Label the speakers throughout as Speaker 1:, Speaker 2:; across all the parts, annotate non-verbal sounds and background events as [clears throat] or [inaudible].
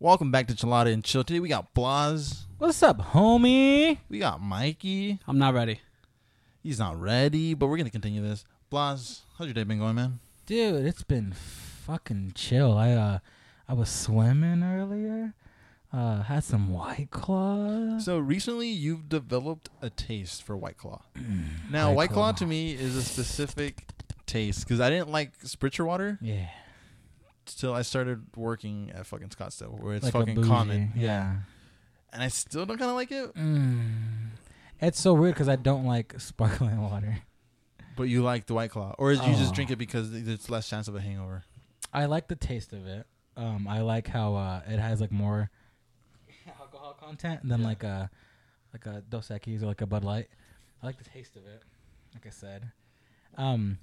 Speaker 1: Welcome back to Chalada and Chill. Today we got Blas,
Speaker 2: What's up, homie?
Speaker 1: we got Mikey.
Speaker 2: I'm not ready.
Speaker 1: He's not ready, but we're gonna continue this. Blas, how's your day been going, man?
Speaker 2: Dude, it's been fucking chill. I uh I was swimming earlier. Uh had some white claws.
Speaker 1: So recently, you've developed a taste for White Claw. [clears throat] Now, White,
Speaker 2: White
Speaker 1: Claw.
Speaker 2: Claw.
Speaker 1: to me is a specific taste because I didn't like spritzer water
Speaker 2: Yeah.
Speaker 1: till I started working at fucking Scottsdale, where it's
Speaker 2: like a
Speaker 1: fucking
Speaker 2: bougie,
Speaker 1: common.
Speaker 2: Yeah.
Speaker 1: and I still don't kind of like it.
Speaker 2: Mm. It's so weird cuz I don't like [laughs] sparkling water.
Speaker 1: But you like the White Claw, or is you just
Speaker 2: Oh.
Speaker 1: drink it because there's less chance of a hangover?
Speaker 2: I like the taste of it. Um I like how uh it has like more [laughs] alcohol content than
Speaker 1: Yeah.
Speaker 2: like a like a Dos Equis or like a Bud Light. I like the taste of it. Like I said. Um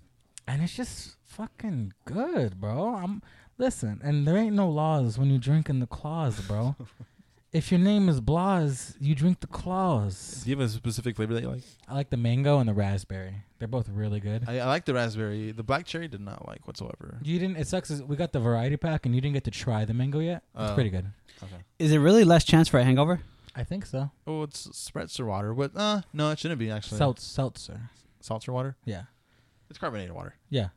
Speaker 2: and it's just fucking good, bro. I'm listen, and there ain't no laws when you drink in the claws,
Speaker 1: [laughs]
Speaker 2: bro. if your name is Blas, you drink the claws.
Speaker 1: Do you have a specific flavor that you like?
Speaker 2: I like the mango and the raspberry. They're both really good.
Speaker 1: I, I like the raspberry. The black cherry did not like whatsoever.
Speaker 2: you didn't it sucks is we got the variety pack and you didn't get to try the mango yet. It's
Speaker 1: Oh.
Speaker 2: pretty good.
Speaker 1: Okay.
Speaker 3: Is it really less chance for a hangover?
Speaker 2: I think so.
Speaker 1: Oh, it's spritzer water, but uh, no, it shouldn't be actually.
Speaker 2: Seltz, seltzer.
Speaker 1: Seltzer water.
Speaker 2: Yeah.
Speaker 1: It's carbonated water.
Speaker 2: Yeah.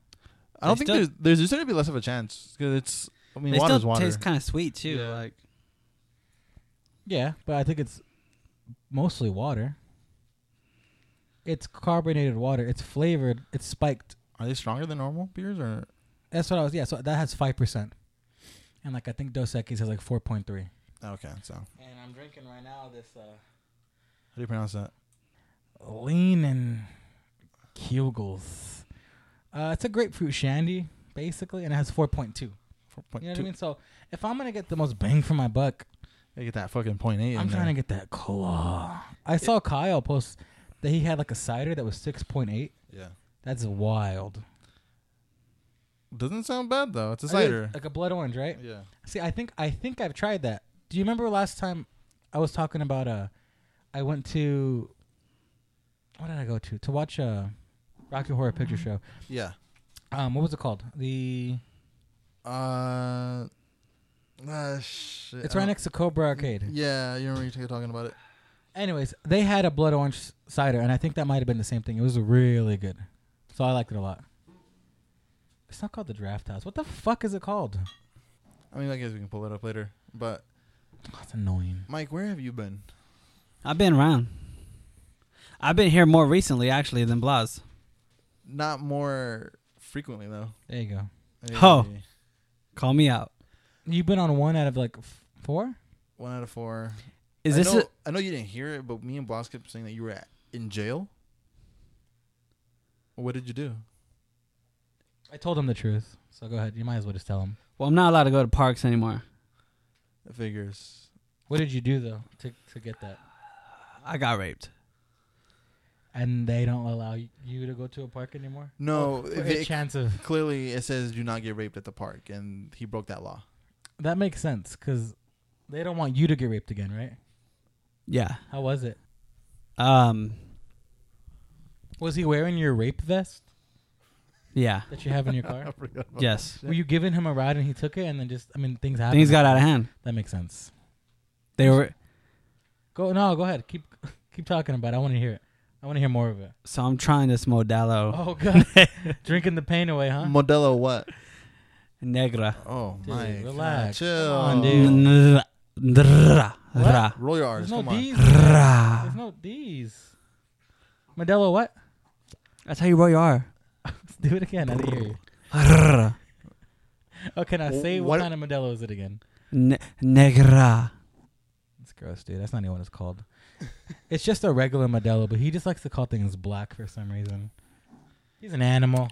Speaker 1: I don't
Speaker 3: They
Speaker 1: think
Speaker 3: still-
Speaker 1: there's, there's there's gonna be less of a chance because it's. I mean,
Speaker 3: They
Speaker 1: water's
Speaker 3: still
Speaker 1: water.
Speaker 3: taste kind of sweet too.
Speaker 1: Yeah.
Speaker 3: Like
Speaker 2: Yeah, but I think it's mostly water. It's carbonated water. It's flavored. It's spiked.
Speaker 1: Are they stronger than normal beers or?
Speaker 2: That's what I was. Yeah, so that has five percent, and like I think Dos Equis has like four point three.
Speaker 1: Okay, so how
Speaker 2: And I'm drinking right now this uh,
Speaker 1: do you pronounce that?
Speaker 2: lean and Kugels. Uh, it's a grapefruit shandy basically, and it has four point two.
Speaker 1: Four point
Speaker 2: You know what
Speaker 1: two.
Speaker 2: I mean? So if I'm gonna get the most bang for my buck,
Speaker 1: They get that fucking point eight.
Speaker 2: I'm
Speaker 1: in
Speaker 2: trying
Speaker 1: there.
Speaker 2: to get that claw. I saw Kyle post that he had like a cider that was 6.8.
Speaker 1: Yeah.
Speaker 2: That's wild.
Speaker 1: Doesn't sound bad though. It's a cider.
Speaker 2: Like a blood orange, right?
Speaker 1: Yeah.
Speaker 2: See, I think I think I've tried that. Do you remember last time I was talking about uh I went to what did I go to? To watch uh Rocky Horror Picture
Speaker 1: Mm-hmm.
Speaker 2: Show.
Speaker 1: Yeah.
Speaker 2: Um what was it called? The
Speaker 1: Uh, uh shit.
Speaker 2: It's
Speaker 1: I
Speaker 2: right
Speaker 1: don't-
Speaker 2: next to Cobra Arcade.
Speaker 1: Yeah, you remember you talking about it.
Speaker 2: Anyways, they had a blood orange s- cider, and I think that might have been the same thing. It was really good, so I liked it a lot. It's not called the Draft House. What the fuck is it called?
Speaker 1: I mean, I guess we can pull it up later. But
Speaker 2: That's annoying.
Speaker 1: Mike, where have you been?
Speaker 3: I've been around. I've been here more recently actually than Blas.
Speaker 1: Not more frequently though.
Speaker 2: There you go.
Speaker 3: Huh.
Speaker 1: Hey,
Speaker 3: Call me out.
Speaker 2: You've been on one out of like f- four.
Speaker 1: One out of four.
Speaker 3: Is
Speaker 1: I
Speaker 3: this
Speaker 1: Know,
Speaker 3: a,
Speaker 1: I know you didn't hear it, but me and Blas kept saying that you were at, in jail. What did you do?
Speaker 2: I told him the truth, so go ahead. You might as well just tell him.
Speaker 3: well? I'm not allowed to go to parks anymore.
Speaker 1: Figures.
Speaker 2: What did you do though to to get that?
Speaker 3: I got raped.
Speaker 2: And they don't allow y- you to go to a park anymore.
Speaker 1: No,
Speaker 2: For
Speaker 1: they-
Speaker 2: a chance
Speaker 1: [laughs]
Speaker 2: of
Speaker 1: clearly it says do not get raped at the park, and he broke that
Speaker 2: [laughs]
Speaker 1: law.
Speaker 2: that makes sense because they don't want you to get raped again, right?
Speaker 3: Yeah.
Speaker 2: How was it?
Speaker 3: Um.
Speaker 2: Was he wearing your rape vest
Speaker 3: Yeah.
Speaker 2: that you have in your car?
Speaker 1: forgot about
Speaker 3: Yes.
Speaker 2: Were you giving him a ride and he took it and then just I mean things happened.
Speaker 3: Things got out of hand.
Speaker 2: That makes sense.
Speaker 3: They were.
Speaker 2: Go no, go ahead. Keep [laughs] keep talking about it. I want to hear it. I want to hear more of it.
Speaker 3: So I'm trying this Modelo
Speaker 2: Oh god. Drinking the pain away, huh?
Speaker 1: Modelo what?
Speaker 3: Negra.
Speaker 1: Oh
Speaker 2: Dude,
Speaker 1: my God.
Speaker 2: relax. Come
Speaker 1: Chill.
Speaker 2: on, dude.
Speaker 3: Nra- nra- ra-
Speaker 1: Roll your R's.
Speaker 2: There's no
Speaker 1: come on.
Speaker 3: [laughs]
Speaker 2: D's.
Speaker 3: ra.
Speaker 2: There's no D's. Modelo what? [laughs]
Speaker 3: That's how you roll your R.
Speaker 2: Let's do it again. I didn't hear you.
Speaker 3: Ra.
Speaker 2: Okay, now
Speaker 1: Wh-
Speaker 2: say what,
Speaker 1: what-
Speaker 2: kind of Modelo is it again?
Speaker 3: Ne- Negra.
Speaker 2: It's gross, dude. That's not even what it's called. [laughs] it's just a regular Modelo, but he just likes to call things black for some reason. He's an animal.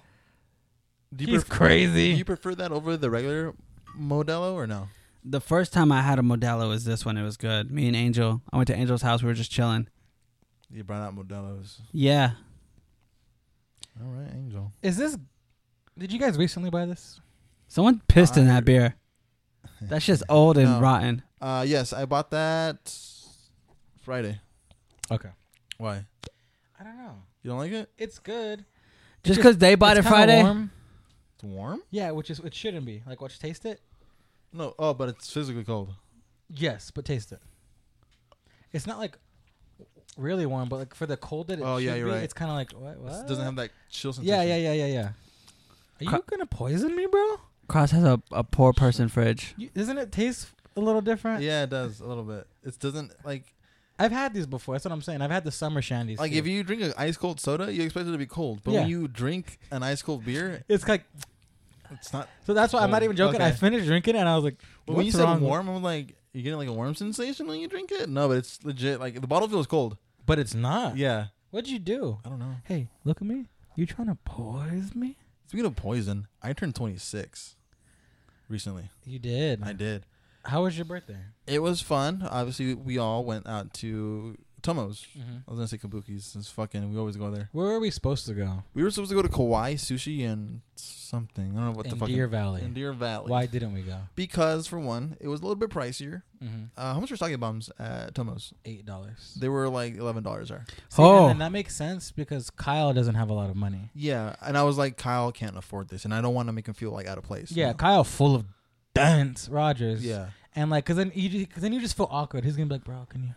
Speaker 1: Do
Speaker 2: He's
Speaker 1: prefer-
Speaker 2: crazy.
Speaker 1: Do you prefer that over the regular Modelo or no?
Speaker 3: The first time I had a Modelo was this one. It was good. Me and Angel. I went to Angel's house. We were just chilling.
Speaker 1: You brought out Modelos.
Speaker 3: Yeah.
Speaker 1: All right, Angel.
Speaker 2: Is this? Did you guys recently buy this?
Speaker 3: Someone pissed in
Speaker 1: Fire.
Speaker 3: that beer. That's just old and
Speaker 1: No.
Speaker 3: rotten.
Speaker 1: Uh, yes, I bought that Friday.
Speaker 2: Okay.
Speaker 1: Why?
Speaker 2: I don't know.
Speaker 1: You don't like it?
Speaker 2: It's good.
Speaker 3: Just because they bought it
Speaker 2: It's kinda
Speaker 3: Friday.
Speaker 2: warm.
Speaker 1: It's warm?
Speaker 2: Yeah, which is it shouldn't be. Like, watch, taste it.
Speaker 1: No. Oh, but it's physically cold.
Speaker 2: Yes, but taste it. It's not like really warm, but like for the cold that it
Speaker 1: Oh,
Speaker 2: should
Speaker 1: yeah, you're
Speaker 2: be,
Speaker 1: right.
Speaker 2: it's kind of like what,
Speaker 1: This
Speaker 2: what?
Speaker 1: doesn't have that chill sensation.
Speaker 2: Yeah, yeah, yeah, yeah, yeah. Are
Speaker 3: Cro-
Speaker 2: you gonna poison me, bro?
Speaker 3: Cross has a, a poor person fridge.
Speaker 2: You, doesn't it taste a little different?
Speaker 1: Yeah, it does a little bit. It doesn't like
Speaker 2: I've had these before. That's what I'm saying. I've had the summer shandies.
Speaker 1: like
Speaker 2: too.
Speaker 1: if you drink an ice cold soda, you expect it to be cold, but
Speaker 2: Yeah.
Speaker 1: when you drink an ice cold beer,
Speaker 2: it's like
Speaker 1: it's not.
Speaker 2: so. That's why I'm not
Speaker 1: Oh,
Speaker 2: even joking. I
Speaker 1: okay.
Speaker 2: finished drinking it and I was like,
Speaker 1: Well,
Speaker 2: What's
Speaker 1: when you
Speaker 2: wrong
Speaker 1: said
Speaker 2: with-
Speaker 1: warm, I'm like, you getting like a warm sensation when you drink it? No, but it's legit. Like the bottle feels cold.
Speaker 2: but it's not.
Speaker 1: Yeah,
Speaker 2: What'd you do?
Speaker 1: I don't know.
Speaker 2: Hey, look at me. You trying to poison me?
Speaker 1: Speaking of poison, I turned 26 recently.
Speaker 2: You did.
Speaker 1: I did.
Speaker 2: How was your birthday?
Speaker 1: It was fun. Obviously, we all went out to Tomo's.
Speaker 2: Mm-hmm.
Speaker 1: I was gonna say Kabuki's. It's fucking. We always go there.
Speaker 2: Where were we supposed to go?
Speaker 1: We were supposed to go to Kauai Sushi and something. I don't know what
Speaker 2: In
Speaker 1: the fuck.
Speaker 2: Deer Valley.
Speaker 1: In Deer Valley.
Speaker 2: Why didn't we go?
Speaker 1: Because for one, it was a little bit pricier.
Speaker 2: Mm-hmm.
Speaker 1: Uh, how much were sake bombs at Tomo's?
Speaker 2: Eight dollars.
Speaker 1: They were like eleven dollars. There.
Speaker 2: oh,
Speaker 3: Oh.
Speaker 2: and then that makes sense because Kyle doesn't have a lot of money.
Speaker 1: Yeah, and I was like, Kyle can't afford this, and I don't want to make him feel like out of place. you
Speaker 2: Yeah,
Speaker 1: know?
Speaker 2: Kyle full of dunce Rogers.
Speaker 1: yeah.
Speaker 2: and like, cause then you, cause then you just feel awkward. He's gonna be like, bro, can you,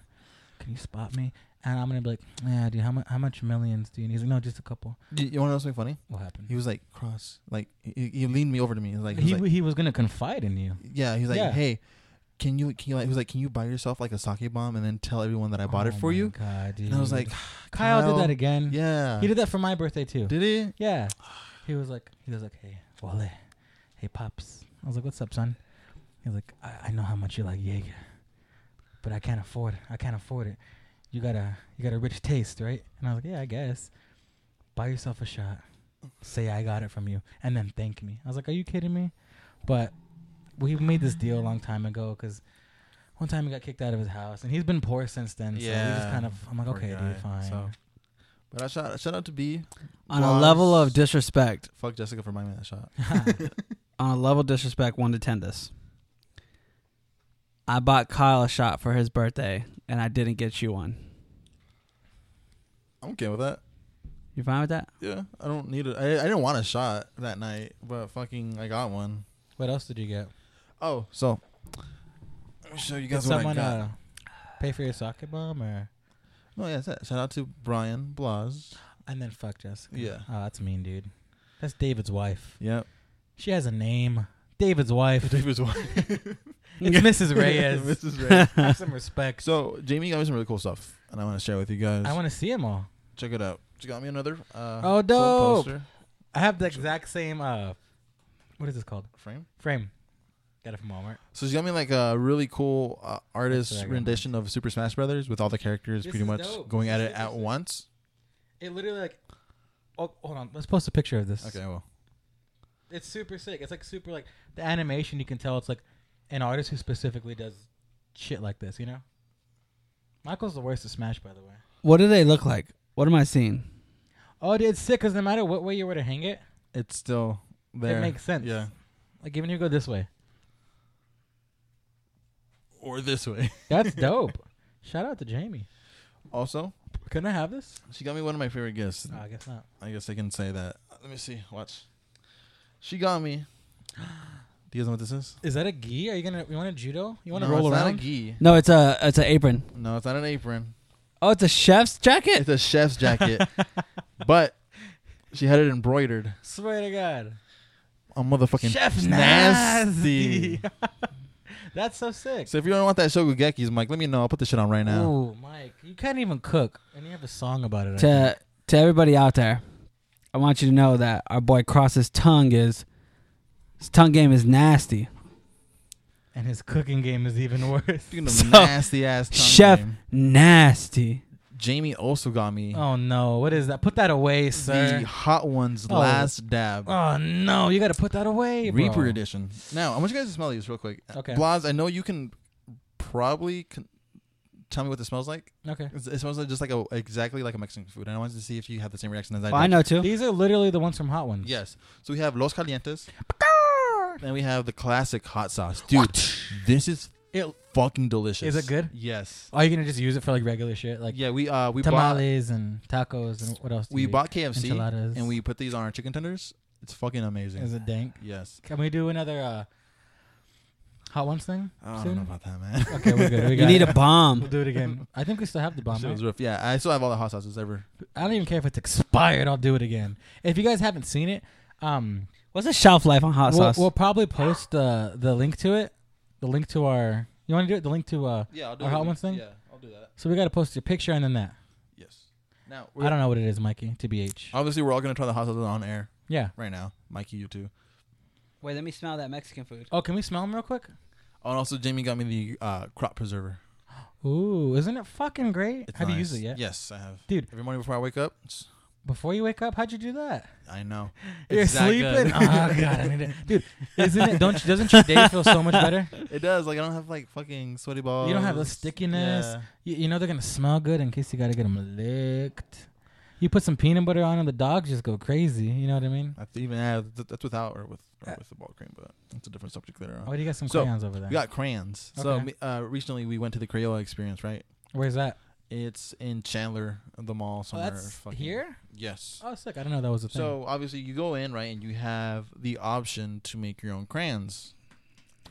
Speaker 2: can you spot me? And I'm gonna be like, yeah, dude, how much, how much millions do you need? He's like, no, just a couple.
Speaker 1: You, you want to know something funny?
Speaker 2: What happened?
Speaker 1: He was like cross, like he, he leaned me over to me. He was like, he was
Speaker 2: he,
Speaker 1: like-
Speaker 2: w- he was gonna confide in you.
Speaker 1: Yeah, he was like,
Speaker 2: Yeah.
Speaker 1: "Hey, can you can you like?" He was like, "Can you buy yourself like a sake bomb and then tell everyone that I bought it
Speaker 2: Oh
Speaker 1: for
Speaker 2: my
Speaker 1: you?"
Speaker 2: God, dude.
Speaker 1: And I was like,
Speaker 2: Kyle,
Speaker 1: Kyle,
Speaker 2: did that again.
Speaker 1: "Yeah."
Speaker 2: he did that for my birthday too.
Speaker 1: Did he?
Speaker 2: Yeah. He was like, he was like, hey, Wale, hey, pops. I was like, what's up, son? He was like, I, I know how much you like Jaeger, but I can't afford. I can't afford it. You got a, you got a rich taste, right? And I was like, yeah, I guess. Buy yourself a shot. Say I got it from you, and then thank me. I was like, are you kidding me? But we made this deal a long time ago because. One time he got kicked out of his house, and he's been poor since then. so we just
Speaker 1: Yeah.
Speaker 2: kind of, I'm like,
Speaker 1: Poor
Speaker 2: okay,
Speaker 1: guy.
Speaker 2: dude, fine.
Speaker 1: So- But I shout shout out to B.
Speaker 3: On a
Speaker 1: Was-
Speaker 3: level of disrespect,
Speaker 1: Fuck Jessica for buying me that
Speaker 2: [laughs]
Speaker 1: shot. [laughs]
Speaker 3: on a level of disrespect, one to ten this. I bought Kyle a shot for his birthday, and I didn't get you one.
Speaker 1: I'm okay with that.
Speaker 3: You fine with that?
Speaker 1: Yeah, I don't need it. I I didn't want a shot that night, but fucking, I got one.
Speaker 2: what else did you get?
Speaker 1: Oh, so let me show you
Speaker 2: Did
Speaker 1: guys what I
Speaker 2: someone
Speaker 1: got.
Speaker 2: uh, pay for your sake bomb or
Speaker 1: oh yeah, that's it. shout out to Brian Blas.
Speaker 2: and then fuck Jessica?
Speaker 1: Yeah.
Speaker 2: Oh, that's mean, dude. That's David's wife. [laughs]
Speaker 1: Yep.
Speaker 2: She has a name.
Speaker 1: [laughs]
Speaker 2: David's wife.
Speaker 1: David's wife.
Speaker 2: [laughs] it's Mrs.
Speaker 1: [laughs]
Speaker 2: Reyes.
Speaker 1: Mrs. Reyes.
Speaker 2: Have some respect.
Speaker 1: So Jamie got me some really cool stuff, and I want to share with you guys.
Speaker 2: I want to see them all.
Speaker 1: Check it out. She got me another. Uh,
Speaker 2: Oh,
Speaker 1: full
Speaker 2: dope.
Speaker 1: poster
Speaker 2: I have the exact same. uh What is this called?
Speaker 1: frame.
Speaker 2: Frame. Got it from Walmart.
Speaker 1: So she got me like a really cool uh,
Speaker 2: That's
Speaker 1: artist
Speaker 2: what I got.
Speaker 1: rendition of Super Smash Brothers with all the characters
Speaker 2: This
Speaker 1: pretty
Speaker 2: is
Speaker 1: much
Speaker 2: dope.
Speaker 1: going at
Speaker 2: This
Speaker 1: it
Speaker 2: is
Speaker 1: at
Speaker 2: interesting.
Speaker 1: once.
Speaker 2: It literally like. Oh, hold on. Let's post a picture of this.
Speaker 1: Okay, well,
Speaker 2: It's super sick. It's like super like the animation. You can tell it's like an artist who specifically does shit like this. You know. Michael's the worst at Smash, by the way.
Speaker 3: What do they look like? What am I seeing?
Speaker 2: Oh, dude, it's sick because no matter what way you were to hang it,
Speaker 1: it's still there.
Speaker 2: it makes sense.
Speaker 1: Yeah,
Speaker 2: Like even if you go this way,
Speaker 1: or this way. [laughs]
Speaker 2: that's dope. [laughs] Shout out to Jamie.
Speaker 1: Also,
Speaker 2: Can I have this?
Speaker 1: she got me one of my favorite gifts.
Speaker 2: No, Oh, I guess not.
Speaker 1: I guess I can say that. Let me see. Watch. She got me. [gasps] Do you guys know what this is?
Speaker 2: Is that a gi? Are you gonna? You want a judo? You want to
Speaker 1: No,
Speaker 2: roll
Speaker 1: it's Not a
Speaker 2: around?
Speaker 1: gi.
Speaker 3: No, it's a it's an apron.
Speaker 1: No, it's not an
Speaker 2: [laughs]
Speaker 1: apron.
Speaker 3: Oh, it's a chef's jacket.
Speaker 1: It's a chef's jacket, but she had it embroidered.
Speaker 2: Swear to God,
Speaker 1: A motherfucking
Speaker 2: Chef
Speaker 1: nasty.
Speaker 2: that's so sick.
Speaker 1: So if you don't want that shogugeki's, Mike, let me know. I'll put this shit on right now.
Speaker 2: Ooh, Mike, you can't even cook, and you have a song about it. I think.
Speaker 3: To to everybody out there, I want you to know that our boy Cross's tongue is his tongue game is nasty.
Speaker 2: and his cooking game is
Speaker 1: [laughs]
Speaker 2: even worse.
Speaker 1: Speaking of
Speaker 3: So,
Speaker 1: nasty ass tongue
Speaker 3: Chef
Speaker 1: game,
Speaker 3: nasty.
Speaker 1: Jamie also got me
Speaker 2: oh no, what is that? Put that away, sir.
Speaker 1: the Hot Ones
Speaker 2: Oh.
Speaker 1: Last Dab
Speaker 2: Oh no, you gotta put that away, bro.
Speaker 1: Reaper Edition. Now I want you guys to smell these real quick.
Speaker 2: Okay.
Speaker 1: Blas, I know you can probably con- tell me what this smells like.
Speaker 2: Okay.
Speaker 1: It's- It smells like just like a exactly like a Mexican food, and I wanted to see if you have the same reaction as I
Speaker 3: Oh,
Speaker 1: did.
Speaker 3: I know too.
Speaker 2: These are literally the ones from Hot Ones.
Speaker 1: Yes. So we have Los Calientes. Then we have the classic hot sauce. Dude, this is
Speaker 2: It-
Speaker 1: fucking delicious.
Speaker 2: Is it good?
Speaker 1: Yes.
Speaker 2: Are you gonna just use it for like regular shit, like
Speaker 1: yeah, we uh we bought
Speaker 2: tamales and tacos and what else? do
Speaker 1: we
Speaker 2: you eat?
Speaker 1: bought KFC
Speaker 2: enchiladas.
Speaker 1: and we put these on our chicken tenders. It's fucking amazing.
Speaker 2: Is it dank?
Speaker 1: yes.
Speaker 2: Can we do another uh, Hot ones thing?
Speaker 1: I don't
Speaker 2: soon?
Speaker 1: know about that, man.
Speaker 2: Okay, we're good.
Speaker 1: [laughs]
Speaker 2: We
Speaker 3: You
Speaker 2: got
Speaker 3: need
Speaker 2: it.
Speaker 3: a bomb.
Speaker 2: We'll do it again. I think we still have the bomb.
Speaker 1: Shit
Speaker 2: right?
Speaker 1: was rough. Yeah, I still have all the hot sauces ever.
Speaker 2: I don't even care if it's expired. I'll do it again. If you guys haven't seen it, um,
Speaker 3: [laughs] What's the shelf life on hot
Speaker 2: we'll,
Speaker 3: sauce?
Speaker 2: we'll probably post uh, the link to it. The link to our. You want to do it? The link to uh.
Speaker 1: Yeah, I'll
Speaker 2: do Our it. hot ones thing?
Speaker 1: Yeah, I'll do that.
Speaker 2: So we gotta post your picture and then that.
Speaker 1: Yes. Now
Speaker 2: I don't know what it is, Mikey. Tbh.
Speaker 1: Obviously, we're all gonna try the hot sauces on air
Speaker 2: yeah.
Speaker 1: right now. Mikey, you too.
Speaker 3: Wait, let me smell that Mexican food.
Speaker 2: Oh, can we smell them real quick?
Speaker 1: Oh, and also Jamie got me the uh, crop preserver.
Speaker 2: Ooh, isn't it fucking great?
Speaker 1: It's
Speaker 2: have you
Speaker 1: nice.
Speaker 2: used it yet?
Speaker 1: Yes, I have.
Speaker 2: Dude.
Speaker 1: every morning before I wake up, it's,
Speaker 2: Before you wake up, how'd you do that?
Speaker 1: I know.
Speaker 2: [laughs] You're
Speaker 1: It's that [laughs]
Speaker 2: sleeping.
Speaker 1: good.
Speaker 2: oh god, I need it, dude. Isn't it? Don't doesn't your day feel so much better?
Speaker 1: It does. Like I don't have like fucking sweaty balls.
Speaker 2: don't have the stickiness.
Speaker 1: Yeah.
Speaker 2: You, you know they're gonna smell good in case you gotta get them licked. You put some peanut butter on them, the dogs just go crazy. You know what I mean?
Speaker 1: That's even yeah, th- that's without or with or with the ball cream, but that's a different subject later on.
Speaker 2: Uh, Oh, do you got some
Speaker 1: Uh, So,
Speaker 2: crayons over there?
Speaker 1: We got crayons. So
Speaker 2: Okay.
Speaker 1: me- uh, recently we went to the Crayola Experience, right?
Speaker 2: Where's that?
Speaker 1: It's in Chandler, the mall somewhere. fucking-
Speaker 2: Oh, here.
Speaker 1: Yes.
Speaker 2: Oh, sick! I don't know that was a thing.
Speaker 1: So obviously you go in right, and you have the option to make your own crayons.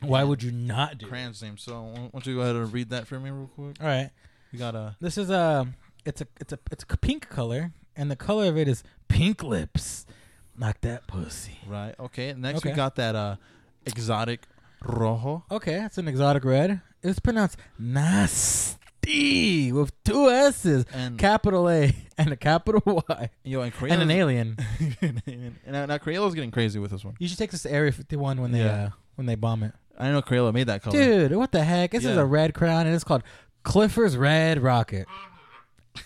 Speaker 2: why would you not do? it?
Speaker 1: Crayons name. So why don't you go ahead and read that for me real quick?
Speaker 2: All right.
Speaker 1: We got a
Speaker 2: This is a it's a it's a it's a pink color, and the color of it is pink lips, like that pussy.
Speaker 1: right. Okay. Next
Speaker 2: Okay.
Speaker 1: we got that uh exotic rojo.
Speaker 2: Okay, that's an exotic red. It's pronounced nasty with two S's,
Speaker 1: And
Speaker 2: capital A [laughs] and a capital Y,
Speaker 1: yo, and crayons.
Speaker 2: and an alien.
Speaker 1: [laughs] and now, now Crayola's getting crazy with this one.
Speaker 2: You should take this to Area 51 when they
Speaker 1: Yeah.
Speaker 2: uh, when they bomb it.
Speaker 1: I know Crayola made that color.
Speaker 2: Dude, what the heck? This is
Speaker 1: Yeah.
Speaker 2: a red crown, and it's called Clifford's Red Rocket.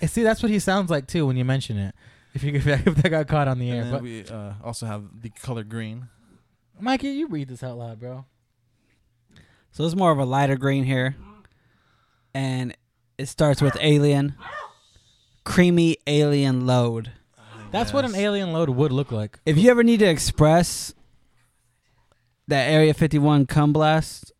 Speaker 2: And see, that's what he sounds like too when you mention it. If you [laughs] if that, if that got caught on the
Speaker 1: And
Speaker 2: air,
Speaker 1: then
Speaker 2: but
Speaker 1: we uh, also have the color green.
Speaker 2: Mikey, you read this out loud, bro.
Speaker 3: So it's more of a lighter green here, and it starts with alien, creamy alien load.
Speaker 2: That's what an
Speaker 1: Yes.
Speaker 2: alien load would look like.
Speaker 3: If you ever need to express that Area 51 cum blast,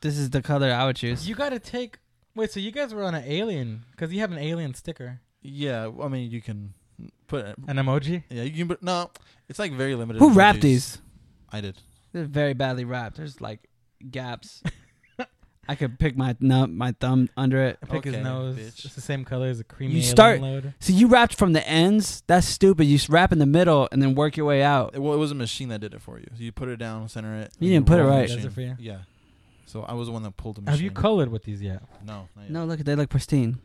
Speaker 3: this is the color I would choose.
Speaker 2: You got to take. Wait, so you guys were on an alien because you have an alien sticker,
Speaker 1: Yeah, I mean you can put it.
Speaker 2: an emoji.
Speaker 1: Yeah, you can. Put, no, it's like very limited.
Speaker 3: Who wrapped
Speaker 1: emojis.
Speaker 3: these?
Speaker 1: I did.
Speaker 3: They're very badly wrapped. There's like [laughs] gaps. I could pick my num- my thumb under it.
Speaker 2: I pick his
Speaker 1: Okay,
Speaker 2: nose.
Speaker 1: bitch.
Speaker 2: It's the same color as a creamy
Speaker 3: You
Speaker 2: alien
Speaker 3: start-
Speaker 2: load.
Speaker 3: So you wrapped from the ends? That's stupid. You s- wrap in the middle and then work your way out.
Speaker 1: It, well, it was a machine that did it for you. You put it down, center it.
Speaker 3: You
Speaker 1: and
Speaker 3: didn't put it
Speaker 1: roll the
Speaker 3: right.
Speaker 2: Does it
Speaker 1: machine.
Speaker 2: for you?
Speaker 1: Yeah. So I was the one that pulled the machine.
Speaker 2: Have you colored with these yet?
Speaker 1: No. Not yet.
Speaker 3: No, look, they look pristine.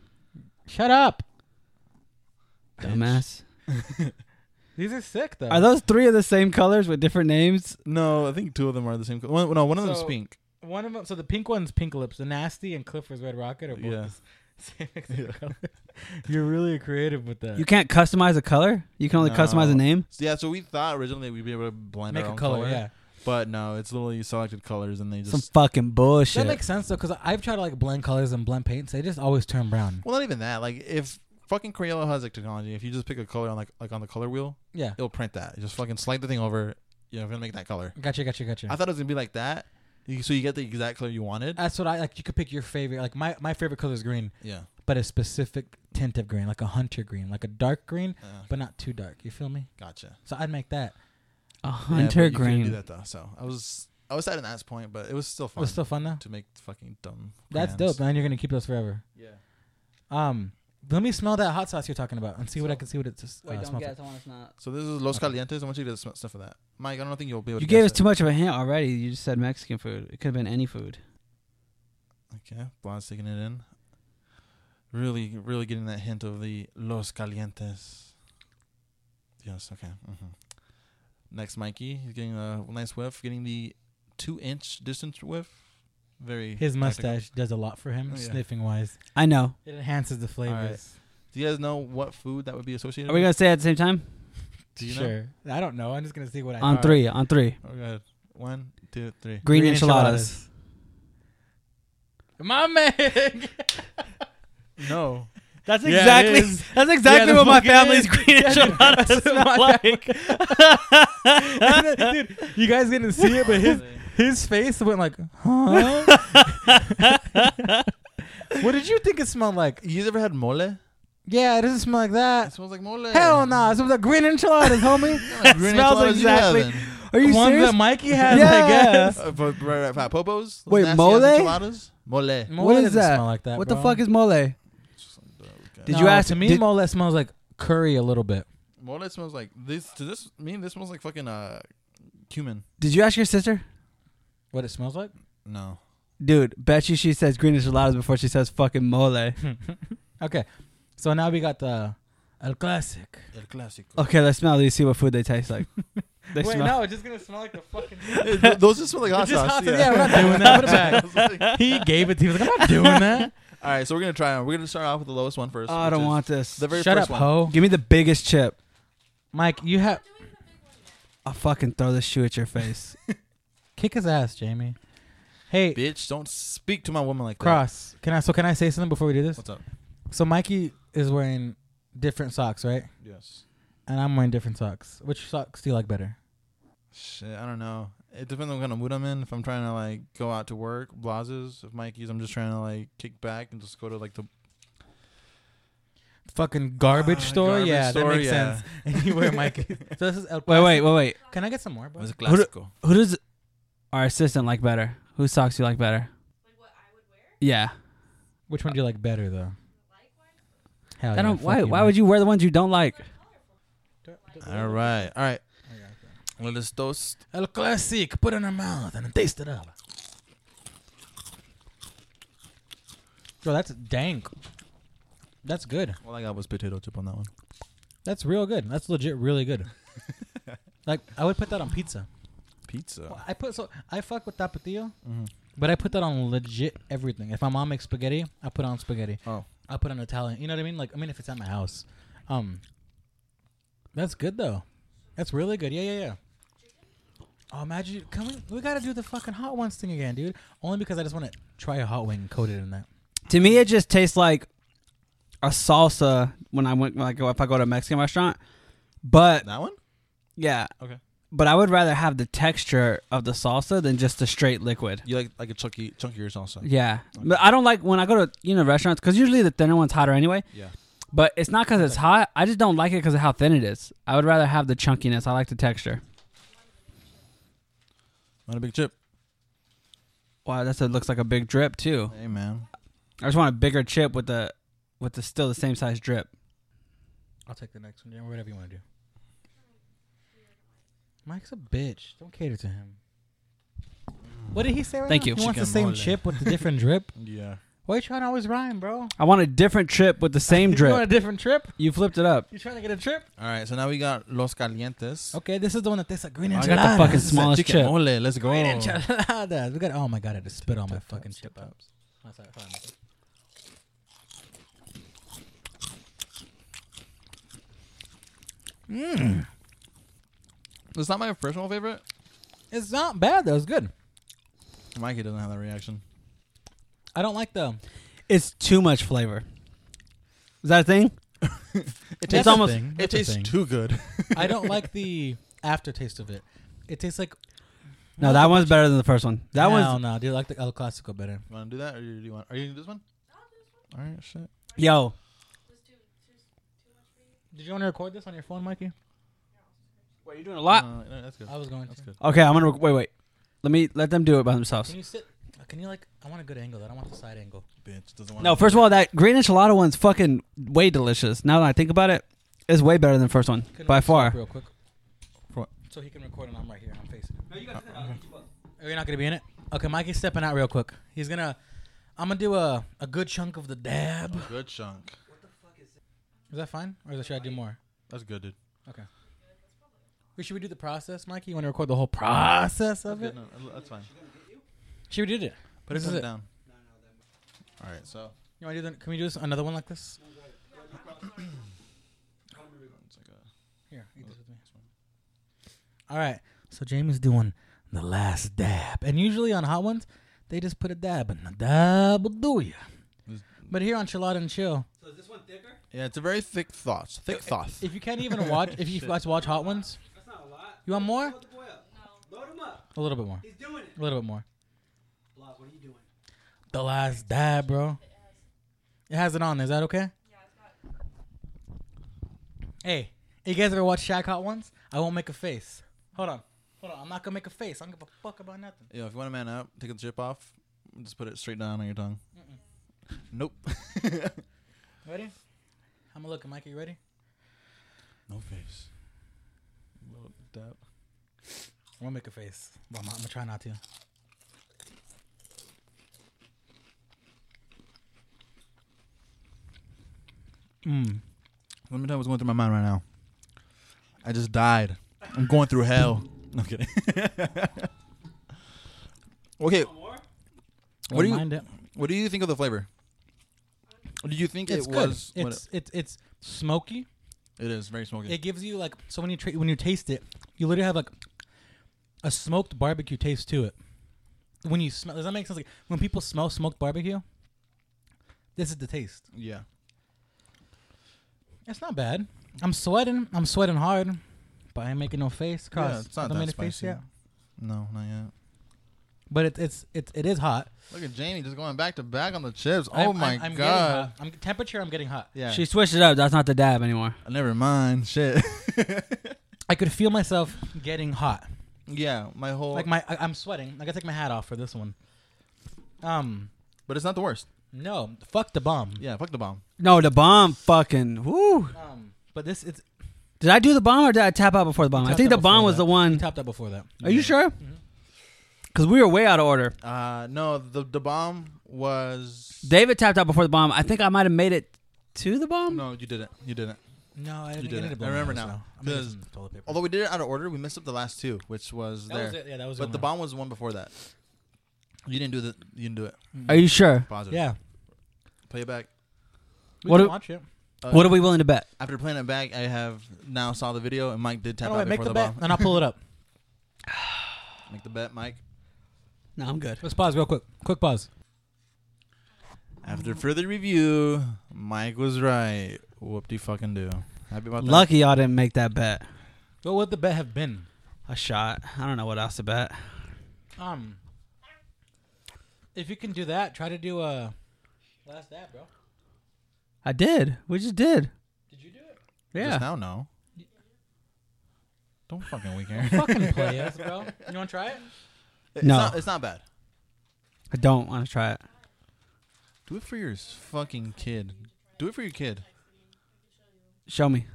Speaker 2: Shut up.
Speaker 1: Bitch.
Speaker 3: Dumbass.
Speaker 2: These are sick though.
Speaker 3: Are those three of the same colors with different names?
Speaker 1: No, I think two of them are the same. Co- one, no, one of them's
Speaker 2: So-
Speaker 1: pink.
Speaker 2: One of them. So the pink one's Pink Lips, the nasty, and Clifford's Red Rocket are both
Speaker 1: Yeah.
Speaker 2: the s- same [laughs] exact color. You're really creative with that.
Speaker 3: You can't customize a color. You can only customize a
Speaker 1: No.
Speaker 3: name.
Speaker 1: So, yeah. So we thought originally we'd be able to blend
Speaker 2: make
Speaker 1: our
Speaker 2: a
Speaker 1: own
Speaker 2: color, yeah.
Speaker 1: But no, it's literally selected colors and they just.
Speaker 3: Some fucking bullshit.
Speaker 2: That makes sense though, because I've tried to like blend colors and blend paints. They just always turn brown.
Speaker 1: well, not even that. Like if fucking Crayola has like technology, if you just pick a color on like like on the color wheel,
Speaker 2: Yeah.
Speaker 1: it'll print that. You just fucking slide the thing over. You know, gonna make that color.
Speaker 2: Gotcha, gotcha, gotcha.
Speaker 1: I thought it was gonna be like that. You- So you get the exact color you wanted.
Speaker 2: That's what I like. You could pick your favorite. Like my my favorite color is green,
Speaker 1: yeah.
Speaker 2: but a specific tint of green, like a hunter green, like a dark green,
Speaker 1: Uh,
Speaker 2: but not too dark. You feel me?
Speaker 1: gotcha.
Speaker 2: So I'd make that.
Speaker 3: a
Speaker 1: Yeah,
Speaker 3: hunter
Speaker 1: but you couldn't
Speaker 3: green.
Speaker 1: Do that though. So I was I was sad in that point, but it was still
Speaker 2: It
Speaker 1: fun
Speaker 2: was still fun though.
Speaker 1: to make fucking dumb.
Speaker 2: That's
Speaker 1: crayons.
Speaker 2: dope, man. You're gonna keep those forever.
Speaker 1: Yeah.
Speaker 2: Um, let me smell that hot sauce you're talking about and see what I
Speaker 3: So-
Speaker 2: can see what it's. Uh, smells like.
Speaker 3: one that's not.
Speaker 1: So this is Los
Speaker 2: Okay.
Speaker 1: Calientes. I want you to sm- stuff for that, Mike. I don't think you'll be able.
Speaker 3: You
Speaker 1: to
Speaker 3: gave
Speaker 1: guess
Speaker 3: us
Speaker 1: it.
Speaker 3: too much of a hint already. You just said Mexican food. It could have been any food.
Speaker 1: Okay, Blonde's taking it in. Really, really getting that hint of the Los Calientes. Yes, okay. hmm Next, Mikey. He's getting a nice whiff, getting the two inch distance whiff. Very.
Speaker 2: His
Speaker 1: tactical.
Speaker 2: mustache does a lot for him,
Speaker 1: Oh, yeah.
Speaker 2: sniffing wise.
Speaker 3: I know.
Speaker 2: It enhances the flavors.
Speaker 1: Do you guys know what food that would be associated
Speaker 3: Are we
Speaker 1: with?
Speaker 3: gonna say it at the same time?
Speaker 1: Do you know?
Speaker 2: sure. I don't know. I'm just gonna see what I
Speaker 3: on
Speaker 2: know.
Speaker 3: three. On three.
Speaker 1: Oh, go ahead. One, two, three.
Speaker 3: Green, enchiladas.
Speaker 2: enchiladas. My [laughs] man.
Speaker 1: No.
Speaker 3: That's
Speaker 2: Yeah, it
Speaker 3: exactly.
Speaker 2: is.
Speaker 3: that's exactly
Speaker 2: the
Speaker 3: what my
Speaker 2: fuck it
Speaker 3: family's
Speaker 2: is.
Speaker 3: green
Speaker 2: [laughs] Yeah, dude,
Speaker 3: enchiladas
Speaker 2: that's what
Speaker 3: smell
Speaker 2: my
Speaker 3: like.
Speaker 2: [laughs] dude, you guys didn't see it, but his his face went like, [laughs] huh? what did you think it smelled like?
Speaker 1: You guys ever had
Speaker 3: Uh,
Speaker 1: mole?
Speaker 2: Yeah, it doesn't smell like
Speaker 1: It
Speaker 2: that.
Speaker 1: smells like mole.
Speaker 2: [laughs] Hell no, it smells like green enchiladas, homie.
Speaker 1: [laughs] Green
Speaker 3: Smells
Speaker 1: enchiladas you
Speaker 3: exactly-
Speaker 1: having.
Speaker 3: Are you
Speaker 2: one
Speaker 3: serious?
Speaker 2: that Mikey has,
Speaker 3: Yeah.
Speaker 2: I guess.
Speaker 1: Uh, but right, right, right. Popos. Those
Speaker 3: Wait,
Speaker 1: nasty-ass
Speaker 3: mole?
Speaker 1: enchiladas? Mole.
Speaker 2: Mole
Speaker 3: what is
Speaker 2: doesn't
Speaker 3: that?
Speaker 2: Smell like that
Speaker 3: what the
Speaker 2: bro.
Speaker 3: fuck is mole? Did you
Speaker 2: No,
Speaker 3: ask-
Speaker 2: To me,
Speaker 3: did-
Speaker 2: mole smells like curry a little bit.
Speaker 1: Mole smells like this. To this, me, this smells like fucking uh, cumin.
Speaker 3: Did you ask your sister?
Speaker 2: What it smells like?
Speaker 1: No.
Speaker 3: Dude, bet you she says green enchiladas before she says fucking mole.
Speaker 2: Okay, so now we got the el classic.
Speaker 1: El clásico. [laughs]
Speaker 3: Okay, let's smell these, see what food they taste like. [laughs] They smell.
Speaker 2: it's just gonna smell like the fucking.
Speaker 1: Th- Those just smell like hot
Speaker 2: It's just
Speaker 1: sauce.
Speaker 2: hot sauce. Yeah, we're not doing that.
Speaker 1: [laughs]
Speaker 2: Put it back. [laughs] he gave it to you. He was like, I'm not [laughs] doing that.
Speaker 1: All right, so we're gonna try them. We're gonna start off with the lowest one first.
Speaker 3: Oh, I
Speaker 1: which
Speaker 3: don't
Speaker 1: is
Speaker 3: want this.
Speaker 1: the very
Speaker 2: Shut up,
Speaker 1: first one.
Speaker 2: ho.
Speaker 3: Give me the biggest chip.
Speaker 2: Mike, you have
Speaker 3: I'll fucking throw this shoe at your face.
Speaker 2: kick his ass, Jamie. Hey,
Speaker 1: Bitch, don't speak to my woman like
Speaker 2: Cross. Can I? So can I say something before we do
Speaker 1: that.
Speaker 2: this?
Speaker 1: What's up?
Speaker 2: So Mikey is wearing different socks, right?
Speaker 1: Yes.
Speaker 2: And I'm wearing different socks. Which socks do you like better?
Speaker 1: Shit, I don't know. It depends on what kind of mood I'm in. If I'm trying to like go out to work, blazes. If Mikey's, I'm just trying to like kick back and just go to like the
Speaker 2: Fucking garbage
Speaker 1: Ah,
Speaker 2: store.
Speaker 1: garbage
Speaker 2: yeah,
Speaker 1: store,
Speaker 2: that makes
Speaker 1: yeah.
Speaker 2: sense. [laughs] And you
Speaker 1: [laughs]
Speaker 2: wear Mikey. so this is El
Speaker 3: [laughs] wait,
Speaker 2: Clasico.
Speaker 3: wait, wait, wait.
Speaker 2: Can I get some more? Bro?
Speaker 1: What's
Speaker 3: Who do- Who does our assistant like better? Whose socks do you like better? Yeah.
Speaker 2: Which one do you like better, though? Hell
Speaker 3: I don't. Why? Why would you wear the ones you don't like?
Speaker 1: All right, all right. Let us toast.
Speaker 2: El Classic, put it in her mouth and taste it up. Bro, that's dank. That's good.
Speaker 1: All I got was potato chip on that one.
Speaker 2: That's real good. That's legit
Speaker 1: [laughs]
Speaker 2: really good. like, I would put that on pizza.
Speaker 1: Pizza.
Speaker 2: I put so I fuck with tapatio,
Speaker 1: Mhm.
Speaker 2: but I put that on legit everything. If my mom makes spaghetti, I put on spaghetti.
Speaker 1: Oh,
Speaker 2: I put on Italian. You know what I mean? Like, I mean, if it's at my house, um, that's good though. That's really good. Yeah, yeah, yeah. Oh, imagine can we? We gotta do the fucking hot ones thing again, dude. Only because I just want to try a hot wing coated in that.
Speaker 3: To me, it just tastes like a salsa when I went when I go if I go to a Mexican restaurant. But
Speaker 1: that one.
Speaker 3: yeah.
Speaker 1: Okay.
Speaker 3: But I would rather have the texture of the salsa than just the straight liquid.
Speaker 1: You like like a chunky, chunkier salsa.
Speaker 3: Yeah, but I don't like when I go to you know restaurants because usually the thinner one's hotter anyway.
Speaker 1: Yeah.
Speaker 3: But it's not because it's hot. I just don't like it because of how thin it is. I would rather have the chunkiness. I like the texture.
Speaker 1: Want a big chip?
Speaker 3: Wow, that's a, looks like a big drip too.
Speaker 1: Hey man.
Speaker 3: I just want a bigger chip with the with the still the same size drip.
Speaker 2: I'll take the next one, yeah, whatever you want to do. Mike's a bitch. Don't cater to him. What did he say? Right
Speaker 3: Thank
Speaker 2: now?
Speaker 3: you.
Speaker 2: He wants the
Speaker 1: Chicken
Speaker 2: same
Speaker 1: mole.
Speaker 2: chip with the different drip.
Speaker 1: Yeah.
Speaker 2: Why you trying to always rhyme, bro?
Speaker 3: I want a different chip with the [laughs] same
Speaker 2: You want a
Speaker 3: drip.
Speaker 2: different trip?
Speaker 3: You flipped it up.
Speaker 2: You trying to get a trip?
Speaker 1: All right, so now we got los calientes.
Speaker 2: Okay, this is the one that tastes like green
Speaker 3: I got the
Speaker 2: enchiladas.
Speaker 3: fucking
Speaker 1: This is that
Speaker 3: smallest
Speaker 1: chicken
Speaker 3: chip.
Speaker 1: mole. Let's go.
Speaker 2: Green enchiladas. We got. Oh my god, I just spit all my fucking chip out. Oh, sorry, sorry, Michael.
Speaker 1: It's not my personal favorite.
Speaker 2: It's not bad though. It's good.
Speaker 1: Mikey doesn't have that reaction.
Speaker 2: I don't like the.
Speaker 3: It's too much flavor. Is that a thing?
Speaker 1: It
Speaker 2: That's
Speaker 3: tastes
Speaker 2: a
Speaker 3: almost-
Speaker 2: thing.
Speaker 1: It
Speaker 2: That's a
Speaker 1: tastes
Speaker 2: thing.
Speaker 1: too good. [laughs]
Speaker 2: I don't like the aftertaste of it. It tastes like.
Speaker 3: No, that one's better than the first one. That
Speaker 2: no,
Speaker 3: one's
Speaker 2: no. Do you like the El Clasico better?
Speaker 1: You want to do that, or do you want? Are you gonna do this one? All right, shit.
Speaker 3: yo.
Speaker 2: Did you want to record this on your phone, Mikey?
Speaker 3: Wait, you're doing a
Speaker 1: No, no, no, that's good.
Speaker 2: I was going
Speaker 1: That's
Speaker 2: to.
Speaker 1: good.
Speaker 3: Okay, I'm gonna wait. Wait, let me let them do it by themselves.
Speaker 2: Can you sit? uh, Can you like? I want a good angle. I don't want the side angle.
Speaker 1: Bitch doesn't want.
Speaker 3: No, first of all, that green enchilada one's fucking way delicious. Now that I think about it, it's way better than the first one
Speaker 2: Can
Speaker 3: by
Speaker 2: we swap
Speaker 3: far.
Speaker 2: Real quick.
Speaker 1: For what?
Speaker 2: So he can record and I'm right here. I'm facing. Are you not gonna be in it? Okay, Mikey's stepping out real quick. He's gonna. I'm gonna do a a good chunk of the dab.
Speaker 1: good chunk.
Speaker 2: Is that fine, or should I do more?
Speaker 1: That's good, dude.
Speaker 2: Okay. Wait, should we do the process, Mikey? You want to record the whole process of it?
Speaker 1: Good, no, that's fine.
Speaker 2: Should we do it?
Speaker 1: Put
Speaker 2: This is
Speaker 1: it
Speaker 2: it.
Speaker 1: down. All right, so
Speaker 2: You want to do? The, can we do this, another one like this?
Speaker 1: it's like a-
Speaker 2: Here, eat this with me. All right. So Jamie's doing the last dab, and usually on hot ones, they just put a dab, and the dab will do ya.
Speaker 1: This-
Speaker 2: But here on Chilada and Chill,
Speaker 3: So is this one thicker?
Speaker 1: yeah, it's a very thick thought. Thick thought.
Speaker 2: if you can't even watch, if you guys watch hot ones,
Speaker 3: That's not a lot.
Speaker 2: you want more?
Speaker 3: the boy up. Load him up.
Speaker 2: A little bit more.
Speaker 3: He's doing it.
Speaker 2: A little bit more.
Speaker 3: Blas, what are you doing?
Speaker 2: The last dab, bro. It has it on. Is that okay? Hey, you guys ever watch Shaq Hot Ones? I won't make a face. Hold on. Hold on, I'm not gonna make a face. I don't give a fuck about nothing.
Speaker 1: Yo, if you want to man up, take the chip off, just put it straight down on your tongue.
Speaker 2: Mm-mm.
Speaker 1: Nope.
Speaker 2: Ready? I'm gonna look. Mike, you ready?
Speaker 1: no face. Little dab.
Speaker 2: I'm gonna make a face. But I'm, I'm gonna try not to. Mm.
Speaker 1: Let me tell you what's going through my mind right now. I just died. I'm going through hell. No I'm kidding. [laughs] okay, What do
Speaker 2: Don't
Speaker 1: you-
Speaker 2: mind it?
Speaker 1: what do you think of the flavor? Do you think
Speaker 2: It's
Speaker 1: it
Speaker 2: good.
Speaker 1: was? what
Speaker 2: It's it's it's smoky.
Speaker 1: it is very smoky.
Speaker 2: It gives you like so when you tra- when you taste it, you literally have like a smoked barbecue taste to it. When you smell, does that make sense? Like when people smell smoked barbecue, this is the taste.
Speaker 1: yeah.
Speaker 2: It's not bad. I'm sweating. I'm sweating hard, but I ain't making no face. Cross.
Speaker 1: Yeah, it's not
Speaker 2: Don't
Speaker 1: that
Speaker 2: make a face
Speaker 1: spicy.
Speaker 2: yet.
Speaker 1: No, not yet.
Speaker 2: But it, it's it's it is hot.
Speaker 1: Look at Jamie just going back to back on the chips. Oh
Speaker 2: I'm,
Speaker 1: my
Speaker 2: I'm, I'm
Speaker 1: god.
Speaker 2: Getting hot. I'm temperature. I'm getting hot.
Speaker 1: Yeah.
Speaker 3: She switched it up. That's not the dab anymore.
Speaker 1: Never mind. Shit. [laughs]
Speaker 2: I could feel myself getting hot.
Speaker 1: yeah, my whole.
Speaker 2: Like my I, I'm sweating. I gotta take my hat off for this one. Um,
Speaker 1: but it's not the worst.
Speaker 2: no, fuck the bomb.
Speaker 1: Yeah, fuck the bomb.
Speaker 3: No, the bomb fucking. Woo.
Speaker 2: Um, but this it's
Speaker 3: Did I do the bomb or did I tap out before the bomb? I
Speaker 2: tapped
Speaker 3: think
Speaker 2: out
Speaker 3: the bomb
Speaker 2: before
Speaker 3: was
Speaker 2: that.
Speaker 3: the one.
Speaker 2: we topped out before that.
Speaker 3: Are you sure?
Speaker 2: Mm-hmm.
Speaker 3: Because we were way out of order.
Speaker 1: Uh, no, the the bomb was.
Speaker 3: David tapped out before the bomb. I think I might have made it to the bomb.
Speaker 1: no, you didn't. You didn't.
Speaker 2: No, I
Speaker 1: You
Speaker 2: didn't.
Speaker 1: did
Speaker 2: need
Speaker 1: it.
Speaker 2: to blow
Speaker 1: I
Speaker 2: my
Speaker 1: remember
Speaker 2: nose
Speaker 1: now.
Speaker 2: I'm gonna get
Speaker 1: Because-
Speaker 2: some toilet paper.
Speaker 1: Although we did it out of order, we messed up the last two, which was
Speaker 2: that
Speaker 1: there.
Speaker 2: was it. Yeah, that was
Speaker 1: But the
Speaker 2: one.
Speaker 1: bomb was the one before that. You didn't do the. You didn't do it.
Speaker 3: Are you sure?
Speaker 1: Positive.
Speaker 2: Yeah,
Speaker 1: Play it back.
Speaker 2: we
Speaker 3: What
Speaker 2: can
Speaker 3: do-
Speaker 2: watch it.
Speaker 1: Uh,
Speaker 3: What are we willing to bet?
Speaker 1: After playing it back, I have now saw the video, and Mike did tap
Speaker 2: Oh, wait,
Speaker 1: out
Speaker 2: make
Speaker 1: before
Speaker 2: the,
Speaker 1: the,
Speaker 2: bet,
Speaker 1: bomb.
Speaker 2: and I'll pull it up.
Speaker 1: Make the bet, Mike.
Speaker 3: No, I'm good.
Speaker 2: [laughs] Let's pause real quick. Quick pause.
Speaker 1: After further review, Mike was right. Whoop de fucking do. Happy about that.
Speaker 3: Lucky y'all didn't make that bet.
Speaker 2: What would the bet have been?
Speaker 3: A shot. I don't know what else to bet.
Speaker 2: Um, if you can do that, try to do a last that, bro.
Speaker 3: I did. We just did.
Speaker 2: Did you do it?
Speaker 1: Just
Speaker 3: Yeah.
Speaker 1: now, no. Don't fucking weak air.
Speaker 2: Fucking [laughs] play us, bro. You want to try it?
Speaker 1: It's
Speaker 3: No.
Speaker 1: not, it's not bad.
Speaker 3: I don't want to try it.
Speaker 1: Do it for your s- fucking kid. Do it for your kid.
Speaker 3: Show me.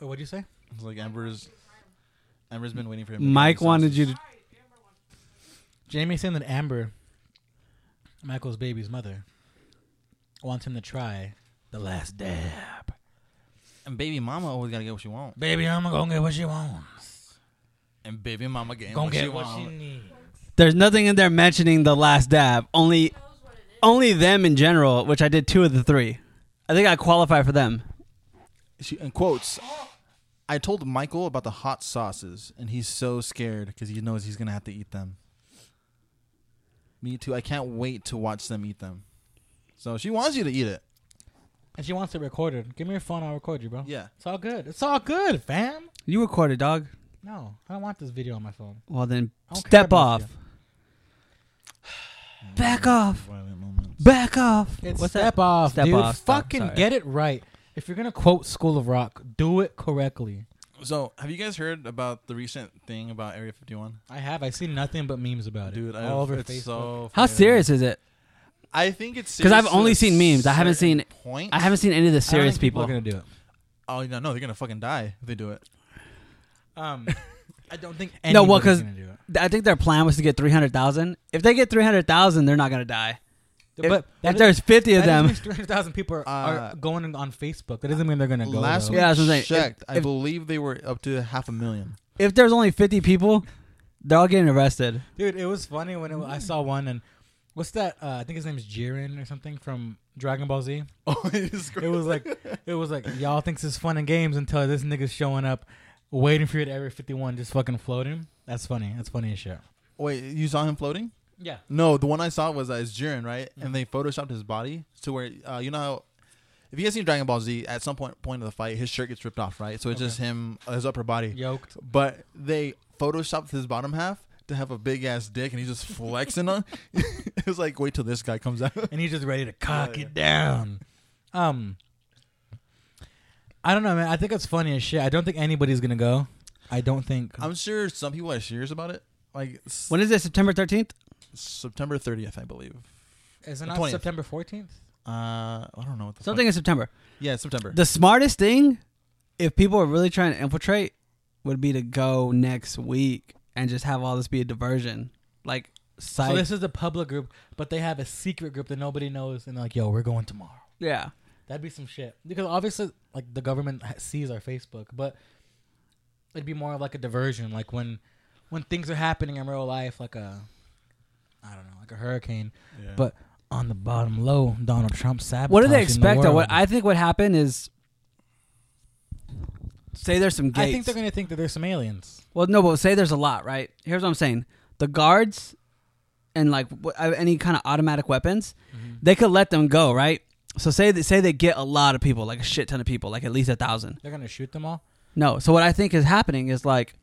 Speaker 2: Wait, what'd you say?
Speaker 1: It's like Amber's. Amber's been waiting for him. to
Speaker 3: Mike
Speaker 1: come, so
Speaker 3: wanted
Speaker 1: it's
Speaker 3: you to.
Speaker 2: Jamie saying that Amber, Michael's baby's mother, wants him to try the last dab.
Speaker 1: just- And baby mama always gotta get what she wants.
Speaker 2: Baby, I'm gonna get what she wants.
Speaker 1: And baby mama getting
Speaker 2: Gonna
Speaker 1: what she
Speaker 2: get what she
Speaker 1: wants.
Speaker 2: needs.
Speaker 3: There's nothing in there mentioning the last dab. Only, only them in general. Which I did two of the three. I think I qualify for them.
Speaker 1: She, in quotes, I told Michael about the hot sauces, and he's so scared because he knows he's gonna have to eat them. Me too. I can't wait to watch them eat them. So she wants you to eat it.
Speaker 2: And she wants it recorded. Give me your phone, I'll record you, bro.
Speaker 1: Yeah.
Speaker 2: It's all good. It's all good, fam.
Speaker 3: You recorded, dog.
Speaker 2: No, I don't want this video on my phone.
Speaker 3: Well then,
Speaker 2: I don't care
Speaker 3: step
Speaker 2: about
Speaker 3: off.
Speaker 2: you.
Speaker 3: Back off.
Speaker 1: Violent moments.
Speaker 3: Back off.
Speaker 2: It's
Speaker 3: What's
Speaker 2: step
Speaker 3: that?
Speaker 2: off,
Speaker 3: Step
Speaker 2: dude.
Speaker 3: off, stop,
Speaker 2: Fucking
Speaker 3: sorry.
Speaker 2: get it right. If you're gonna quote School of Rock, do it correctly.
Speaker 1: So, have you guys heard about the recent thing about Area 51?
Speaker 2: I have. I see nothing but memes about it.
Speaker 1: Dude, I,
Speaker 2: all over
Speaker 1: it's
Speaker 2: Facebook.
Speaker 1: so.
Speaker 3: How
Speaker 1: funny.
Speaker 3: serious is it?
Speaker 1: I think it's
Speaker 3: 'Cause I've
Speaker 1: serious
Speaker 3: only
Speaker 1: to a
Speaker 3: seen memes. I haven't
Speaker 1: certain
Speaker 3: seen-
Speaker 1: Point.
Speaker 3: I haven't seen any of the
Speaker 2: I don't
Speaker 3: serious
Speaker 2: think people
Speaker 3: people.
Speaker 2: are gonna do it.
Speaker 1: Oh no, no, they're gonna fucking die if they do it.
Speaker 2: [laughs] Um, I don't think
Speaker 3: No, well,
Speaker 2: anybody's
Speaker 3: 'cause-
Speaker 2: gonna do it.
Speaker 3: I think their plan was to get three hundred thousand. If they get three hundred thousand, they're not gonna die.
Speaker 2: but
Speaker 3: if there's fifty
Speaker 2: [laughs]
Speaker 3: of them,
Speaker 2: three hundred thousand people are,
Speaker 1: Uh,
Speaker 2: are going on Facebook. That doesn't mean they're gonna go.
Speaker 1: Last
Speaker 2: though.
Speaker 1: week,
Speaker 3: Yeah, that's what I'm saying. If-
Speaker 1: checked. I
Speaker 3: if-
Speaker 1: believe they were up to half a
Speaker 2: [laughs]
Speaker 1: million.
Speaker 3: if there's only fifty people, they're all getting arrested.
Speaker 2: Dude, it was funny when it, I saw one and what's that? Uh, I think his name is Jiren or something from Dragon Ball Z.
Speaker 1: Oh, [laughs] it is
Speaker 2: It was [laughs] like it was like y'all thinks it's fun and games until this nigga's showing up, waiting for you at Area 51, just fucking floating. That's funny. That's funny as shit.
Speaker 1: Wait, you saw him floating?
Speaker 2: Yeah.
Speaker 1: No, the one I saw was uh, is Jiren, right?
Speaker 2: Mm-hmm.
Speaker 1: And they photoshopped his body to where uh, you know how if you guys seen Dragon Ball Z, at some point point of the fight, his shirt gets ripped off, right? So it's just him, uh, his upper body.
Speaker 2: Yoked.
Speaker 1: But they photoshopped his bottom half to have a big ass dick, and he's just flexing on. [laughs] it was like, wait till this guy comes
Speaker 2: [laughs]
Speaker 1: out.
Speaker 2: and he's just ready to cock it down. Um, I don't know, man. I think it's funny as shit. I don't think anybody's gonna go. I don't think.
Speaker 1: I'm sure some people are serious about it. Like s-
Speaker 3: When is it? September 13th?
Speaker 1: September 30th, I believe.
Speaker 2: is
Speaker 1: the
Speaker 2: it not
Speaker 1: 20th.
Speaker 2: September 14th?
Speaker 1: Uh, I don't know what the fuck-
Speaker 3: Something in September.
Speaker 1: Yeah, September.
Speaker 3: The smartest thing, if people are really trying to infiltrate, would be to go next week and just have all this be a diversion. Like,
Speaker 2: so
Speaker 3: psych.
Speaker 2: this is the public group, but they have a secret group that nobody knows, and they're like, "Yo, we're going tomorrow."
Speaker 3: yeah.
Speaker 2: That'd be some shit because obviously, like the government ha- sees our Facebook, but it'd be more of like a diversion, like when when things are happening in real life, like a I don't know, like a hurricane,
Speaker 1: Yeah.
Speaker 2: but on the bottom low, Donald Trump sabotaging.
Speaker 3: What do they
Speaker 2: the
Speaker 3: expect? though?
Speaker 2: world.
Speaker 3: What I think would happen is, say there's some gates.
Speaker 2: I think they're gonna think that there's some aliens.
Speaker 3: well, no, but say there's a lot, right? Here's what I'm saying: the guards and like wh- uh, any kind of automatic weapons,
Speaker 2: Mm-hmm.
Speaker 3: they could let them go, right? So say they, say they get a lot of people, like a shit ton of people, like at least a thousand.
Speaker 2: They're gonna shoot them all.
Speaker 3: No. So what I think is happening is like,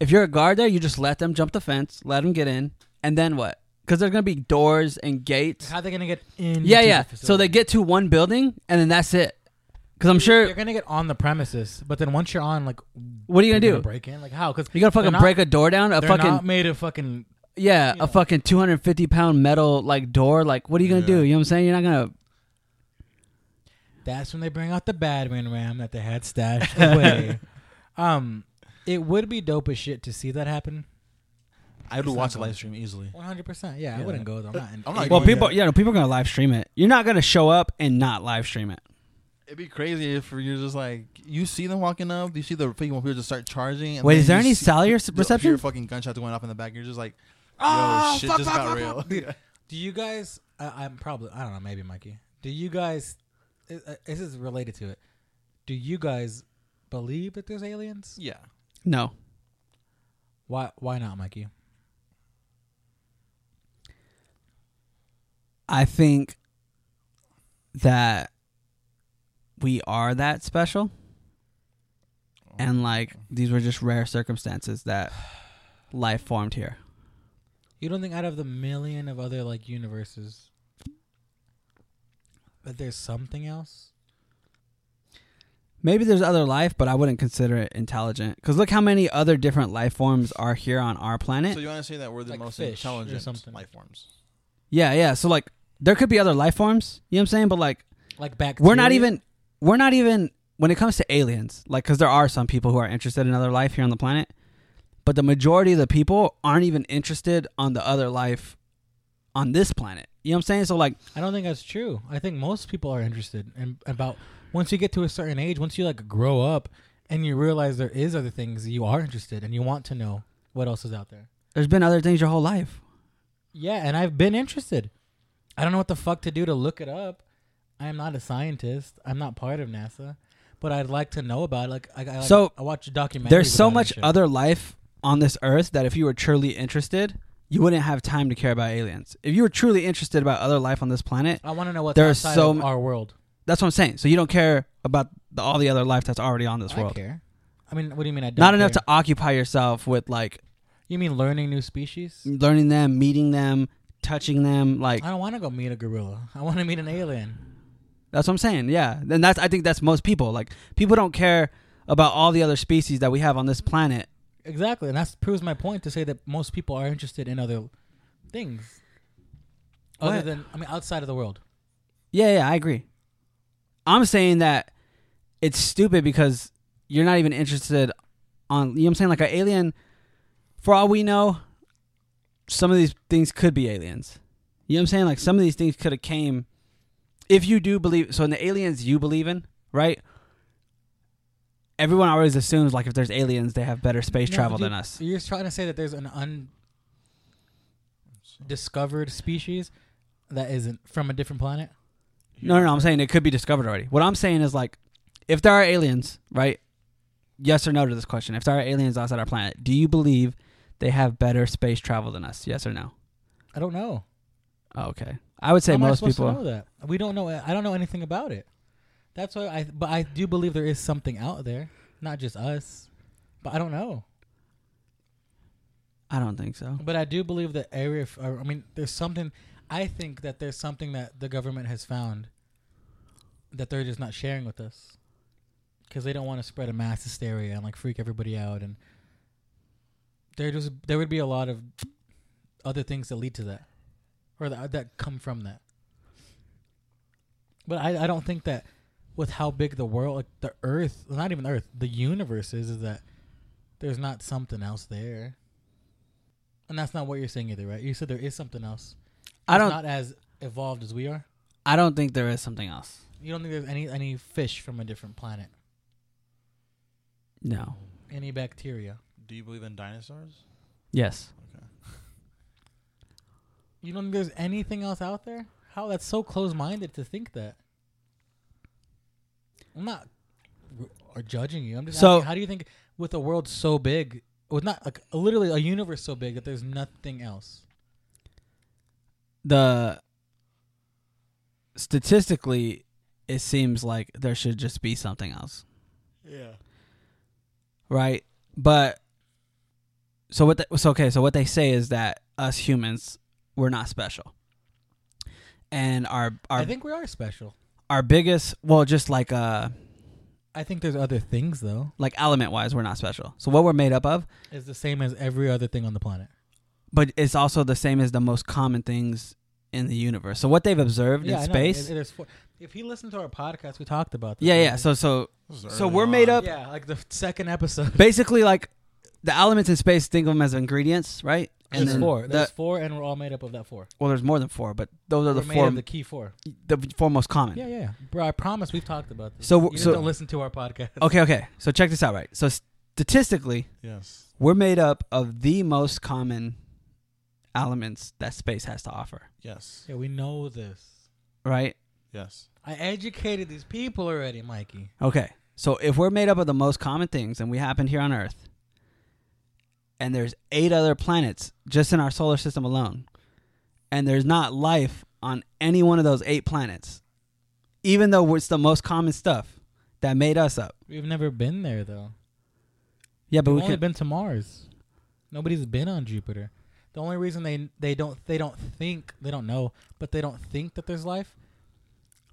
Speaker 3: if you're a guard there, you just let them jump the fence, let them get in, and then what? Because there's gonna be doors and gates.
Speaker 2: How are they gonna get in?
Speaker 3: Yeah, yeah. So they get to one building, and then that's it. Because I'm sure.
Speaker 2: you're gonna get on the premises, but then once you're on, like, what
Speaker 3: What are you gonna do?
Speaker 2: break in? Like how? Because
Speaker 3: You gonna fucking
Speaker 2: not-
Speaker 3: break a door down? A
Speaker 2: they're
Speaker 3: fucking
Speaker 2: not made of fucking
Speaker 3: yeah,
Speaker 2: you
Speaker 3: a
Speaker 2: know.
Speaker 3: fucking two hundred fifty pound metal like door. Like, what are you gonna do?
Speaker 1: Yeah.
Speaker 3: You know what I'm saying? You're not gonna.
Speaker 2: That's when they bring out the Badman Ram that they had
Speaker 1: [laughs]
Speaker 2: stashed away. um, it would be dope as shit to see that happen.
Speaker 1: I would
Speaker 2: It's
Speaker 1: watch
Speaker 2: not
Speaker 1: a
Speaker 2: going.
Speaker 1: live stream easily.
Speaker 2: One hundred percent. Yeah, I
Speaker 1: Yeah.
Speaker 2: wouldn't go though. I'm not. In,
Speaker 1: I'm not
Speaker 3: Well,
Speaker 1: going
Speaker 3: people,
Speaker 1: yet.
Speaker 3: yeah, no, people are gonna live stream it. You're not gonna show up and not live stream it.
Speaker 1: It'd be crazy if you're just like you see them walking up, you see the people who just start charging. And
Speaker 3: Wait,
Speaker 1: then
Speaker 3: is there
Speaker 1: you
Speaker 3: any
Speaker 1: see-
Speaker 3: cellular
Speaker 1: you
Speaker 3: s-
Speaker 1: hear
Speaker 3: reception?
Speaker 1: fucking gunshots going off in the back. You're just like, yo,
Speaker 2: Oh,
Speaker 1: shit
Speaker 2: fuck,
Speaker 1: just
Speaker 2: fuck,
Speaker 1: got
Speaker 2: fuck,
Speaker 1: real.
Speaker 2: fuck. Dude, do you guys? I, I'm probably. I don't know. Maybe Mikey. Do you guys? i- uh, This is related to it. Do you guys believe that there's aliens?
Speaker 1: [laughs] yeah,
Speaker 3: No,
Speaker 2: Why? Why not, Mikey?
Speaker 3: I think that we are that special, and like these were just rare circumstances that life formed here.
Speaker 2: You don't think out of the million of other like universes that there's something else?
Speaker 3: Maybe there's other life, but I wouldn't consider it intelligent. Because look how many other different life forms are here on our planet.
Speaker 1: So you want to say that we're the
Speaker 2: Like
Speaker 1: most
Speaker 2: fish or
Speaker 1: intelligent
Speaker 2: something.
Speaker 1: life forms?
Speaker 3: Yeah, yeah. So like there could be other life forms, you know what I'm saying? But like
Speaker 2: Like back.
Speaker 3: we're not even we're not even when it comes to aliens, like cuz there are some people who are interested in other life here on the planet, but the majority of the people aren't even interested on the other life on this planet. You know what I'm saying? So like
Speaker 2: I don't think that's true. I think most people are interested in about once you get to a certain age, once you like grow up and you realize there is other things you are interested and you want to know what else is out there.
Speaker 3: there's been other things your whole life.
Speaker 2: Yeah, and I've been interested. I don't know what the fuck to do to look it up. I am not a scientist. I'm not part of NASA, but I'd like to know about it. Like I, I like,
Speaker 3: So,
Speaker 2: I watch documentaries.
Speaker 3: There's so
Speaker 2: about it
Speaker 3: much
Speaker 2: and shit.
Speaker 3: other life on this earth that if you were truly interested, you wouldn't have time to care about aliens. If you were truly interested about other life on this planet,
Speaker 2: I want to know what's
Speaker 3: there are
Speaker 2: outside
Speaker 3: so
Speaker 2: of
Speaker 3: m-
Speaker 2: our world.
Speaker 3: that's what I'm saying. So you don't care about the, all the other life that's already on this
Speaker 2: I
Speaker 3: world.
Speaker 2: care. I mean, what do you mean? I don't
Speaker 3: not enough
Speaker 2: care?
Speaker 3: to occupy yourself with like
Speaker 2: You mean learning new species?
Speaker 3: learning them, meeting them, touching them. Like
Speaker 2: I don't want to go meet a gorilla. I want to meet an alien.
Speaker 3: that's what I'm saying. Yeah, and that's I think that's most people. Like people don't care about all the other species that we have on this planet.
Speaker 2: Exactly, and that proves my point to say that most people are interested in other things, other
Speaker 3: What?
Speaker 2: than I mean, outside of the world.
Speaker 3: Yeah, yeah, I agree. I'm saying that it's stupid because you're not even interested on. You know what I'm saying? Like an alien, for all we know, some of these things could be aliens. You know what I'm saying? Like some of these things could have came. If you do believe, so in the aliens you believe in, right? Everyone always assumes like if there's aliens, they have better space
Speaker 2: No,
Speaker 3: travel
Speaker 2: but
Speaker 3: than
Speaker 2: you-
Speaker 3: us.
Speaker 2: You're trying to say that there's an undiscovered species that isn't from a different planet.
Speaker 3: No, no, no, I'm saying it could be discovered already. What I'm saying is like, if there are aliens, right? Yes or no to this question. If there are aliens outside our planet, do you believe they have better space travel than us? Yes or no?
Speaker 2: I don't know.
Speaker 3: Oh, okay. I would say
Speaker 2: How am I
Speaker 3: most
Speaker 2: supposed to
Speaker 3: people.
Speaker 2: know that we don't know. I don't know anything about it. That's why I. But I do believe there is something out there, not just us. But I don't know.
Speaker 3: I don't think so.
Speaker 2: But I do believe that area. f- or, I mean, there's something. I think that there's something that the government has found that they're just not sharing with us. because they don't want to spread a mass hysteria and like freak everybody out. And there just there would be a lot of other things that lead to that, or that that come from that. But I I don't think that with how big the world, like the Earth, not even Earth, the universe is, is that there's not something else there. And that's not what you're saying either, right? You said there is something else.
Speaker 3: I
Speaker 2: It's
Speaker 3: don't.
Speaker 2: not as evolved as we are.
Speaker 3: I don't think there is something else.
Speaker 2: You don't think there's any any fish from a different planet,
Speaker 3: No.
Speaker 2: any bacteria.
Speaker 1: Do you believe in dinosaurs?
Speaker 3: Yes.
Speaker 2: You don't think there's anything else out there? How that's so close-minded to think that. I'm not r- or judging you. I'm just
Speaker 3: So-
Speaker 2: asking, how do you think with a world so big, with not like literally a universe so big that there's nothing else?
Speaker 3: The statistically, it seems like there should just be something else.
Speaker 1: Yeah.
Speaker 3: right? But so what? The, so okay. So what they say is that us humans we're not special, and our our
Speaker 2: I think we are special.
Speaker 3: our biggest well, just like uh
Speaker 2: I think there's other things though.
Speaker 3: like element wise, we're not special. So what we're made up of,
Speaker 2: It's the same as every other thing on the planet.
Speaker 3: but it's also the same as the most common things in the universe. So what they've observed
Speaker 2: Yeah,
Speaker 3: in
Speaker 2: I know.
Speaker 3: space,
Speaker 2: It- it is for- if you listen to our podcast, we talked about this.
Speaker 3: yeah,
Speaker 2: right?
Speaker 3: yeah. So so
Speaker 1: So
Speaker 3: we're made up-
Speaker 2: yeah, like the second episode.
Speaker 3: basically like the elements in space, think of them as ingredients, right?
Speaker 2: And
Speaker 3: And
Speaker 2: there's
Speaker 3: then
Speaker 2: four. There's
Speaker 3: the-
Speaker 2: four, and we're all made up of that four.
Speaker 3: well, there's more than four, but those are the
Speaker 2: we're made
Speaker 3: four,
Speaker 2: of the key four.
Speaker 3: the four most common.
Speaker 2: Yeah, yeah, yeah. Bro, I promise we've talked about this.
Speaker 3: So-
Speaker 2: you just
Speaker 3: so-
Speaker 2: don't listen to our podcast. [laughs]
Speaker 3: Okay, okay. So check this out, right? So statistically,
Speaker 1: Yes.
Speaker 3: we're made up of the most common elements that space has to offer,
Speaker 1: Yes.
Speaker 2: Yeah, we know this.
Speaker 3: right?
Speaker 1: Yes.
Speaker 2: I educated these people already, Mikey.
Speaker 3: Okay. So if we're made up of the most common things and we happen here on Earth, and there's eight other planets just in our solar system alone, and there's not life on any one of those eight planets, even though it's the most common stuff that made us up.
Speaker 2: We've never been there though.
Speaker 3: Yeah, but
Speaker 2: We've
Speaker 3: we
Speaker 2: only
Speaker 3: could.
Speaker 2: been to Mars. Nobody's been on Jupiter. The only reason they they don't they don't think they don't know, but they don't think that there's life,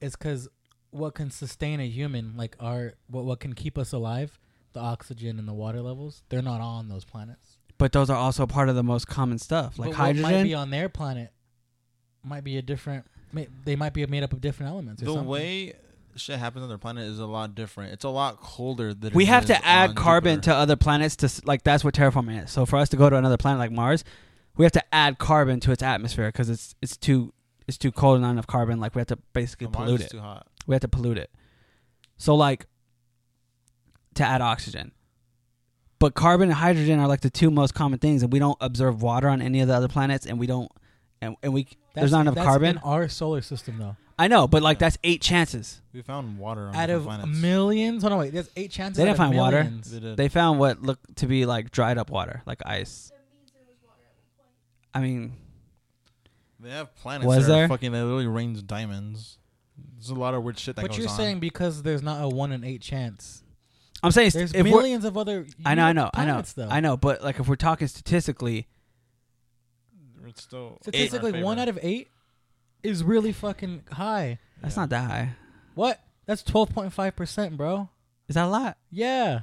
Speaker 2: is because what can sustain a human like our what what can keep us alive, the oxygen and the water levels, they're not on those planets.
Speaker 3: but those are also part of the most common stuff, like
Speaker 2: But what
Speaker 3: hydrogen.
Speaker 2: might be on their planet, might be a different. May, they might be made up of different elements. Or
Speaker 1: the
Speaker 2: something.
Speaker 1: way shit happens on their planet is a lot different. It's a lot colder than
Speaker 3: we
Speaker 1: it
Speaker 3: have
Speaker 1: is
Speaker 3: to add
Speaker 1: on
Speaker 3: carbon
Speaker 1: Jupiter.
Speaker 3: to other planets to s- like that's what terraforming is. So for us to go to another planet like Mars, we have to add carbon to its atmosphere because it's it's too it's too cold and not enough carbon. Like we have to basically
Speaker 1: No, Mars
Speaker 3: pollute
Speaker 1: is
Speaker 3: it.
Speaker 1: Too hot.
Speaker 3: we have to pollute it. So like to add oxygen, but carbon and hydrogen are like the two most common things, and we don't observe water on any of the other planets, and we don't and, and we there's not enough
Speaker 2: that's
Speaker 3: carbon.
Speaker 2: in our solar system though.
Speaker 3: I know, but like
Speaker 1: Yeah.
Speaker 3: that's eight chances.
Speaker 1: We found water on
Speaker 2: out
Speaker 1: different
Speaker 2: of
Speaker 1: planets.
Speaker 2: millions, hold on, wait. There's eight chances.
Speaker 3: They
Speaker 2: out
Speaker 3: didn't
Speaker 2: of
Speaker 3: find water.
Speaker 2: millions.
Speaker 1: They did.
Speaker 3: They found what looked to be like dried up water, like ice. I mean,
Speaker 1: They have planets.
Speaker 3: Was
Speaker 1: that are
Speaker 3: there?
Speaker 1: fucking? That literally rains diamonds. There's a lot of weird shit that
Speaker 2: But
Speaker 1: goes
Speaker 2: you're
Speaker 1: on.
Speaker 2: saying because there's not a one in eight chance.
Speaker 3: I'm saying st-
Speaker 2: There's
Speaker 3: if we're,
Speaker 2: millions of other.
Speaker 3: I know, I know, I know,
Speaker 2: planets, Though.
Speaker 3: I know, but like if we're talking statistically,
Speaker 1: it's still
Speaker 2: Statistically, one out of eight is really fucking high.
Speaker 3: that's not that high.
Speaker 2: What? That's twelve point five percent, bro.
Speaker 3: Is that a lot?
Speaker 2: Yeah.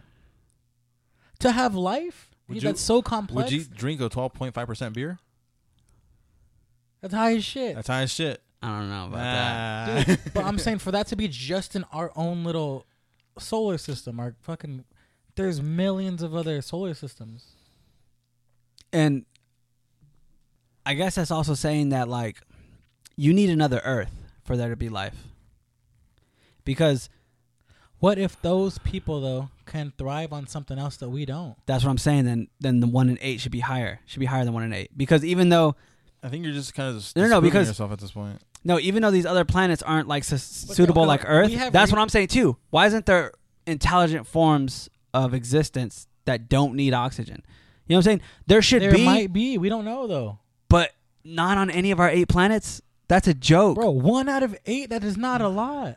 Speaker 2: To have life,
Speaker 1: Would
Speaker 2: You-
Speaker 1: you-
Speaker 2: that's so complex.
Speaker 1: Would you drink a 12.5% beer?
Speaker 2: That's high as shit.
Speaker 1: That's high as shit.
Speaker 3: I don't know about that.
Speaker 1: Nah. [laughs]
Speaker 2: but I'm saying for that to be just in our own little solar system, our fucking there's millions of other solar systems.
Speaker 3: And I guess that's also saying that like you need another Earth for there to be life, because
Speaker 2: What if those people though can thrive on something else that we don't?
Speaker 3: that's what I'm saying. Then then the one in eight should be higher. Should be higher than one in eight because even though
Speaker 1: I think you're just kind of just
Speaker 3: No, no,
Speaker 1: disproving
Speaker 3: because-
Speaker 1: yourself at this point.
Speaker 3: No, even though these other planets aren't like sus
Speaker 2: But
Speaker 3: suitable
Speaker 2: no,
Speaker 3: like
Speaker 2: we
Speaker 3: Earth,
Speaker 2: have
Speaker 3: that's
Speaker 2: re-
Speaker 3: what I'm saying too. Why isn't there intelligent forms of existence that don't need oxygen? You know what I'm saying? There should
Speaker 2: there
Speaker 3: be,
Speaker 2: might be. We don't know though,
Speaker 3: but not on any of our eight planets. That's a joke.
Speaker 2: bro. One out of eight. That is not a lot.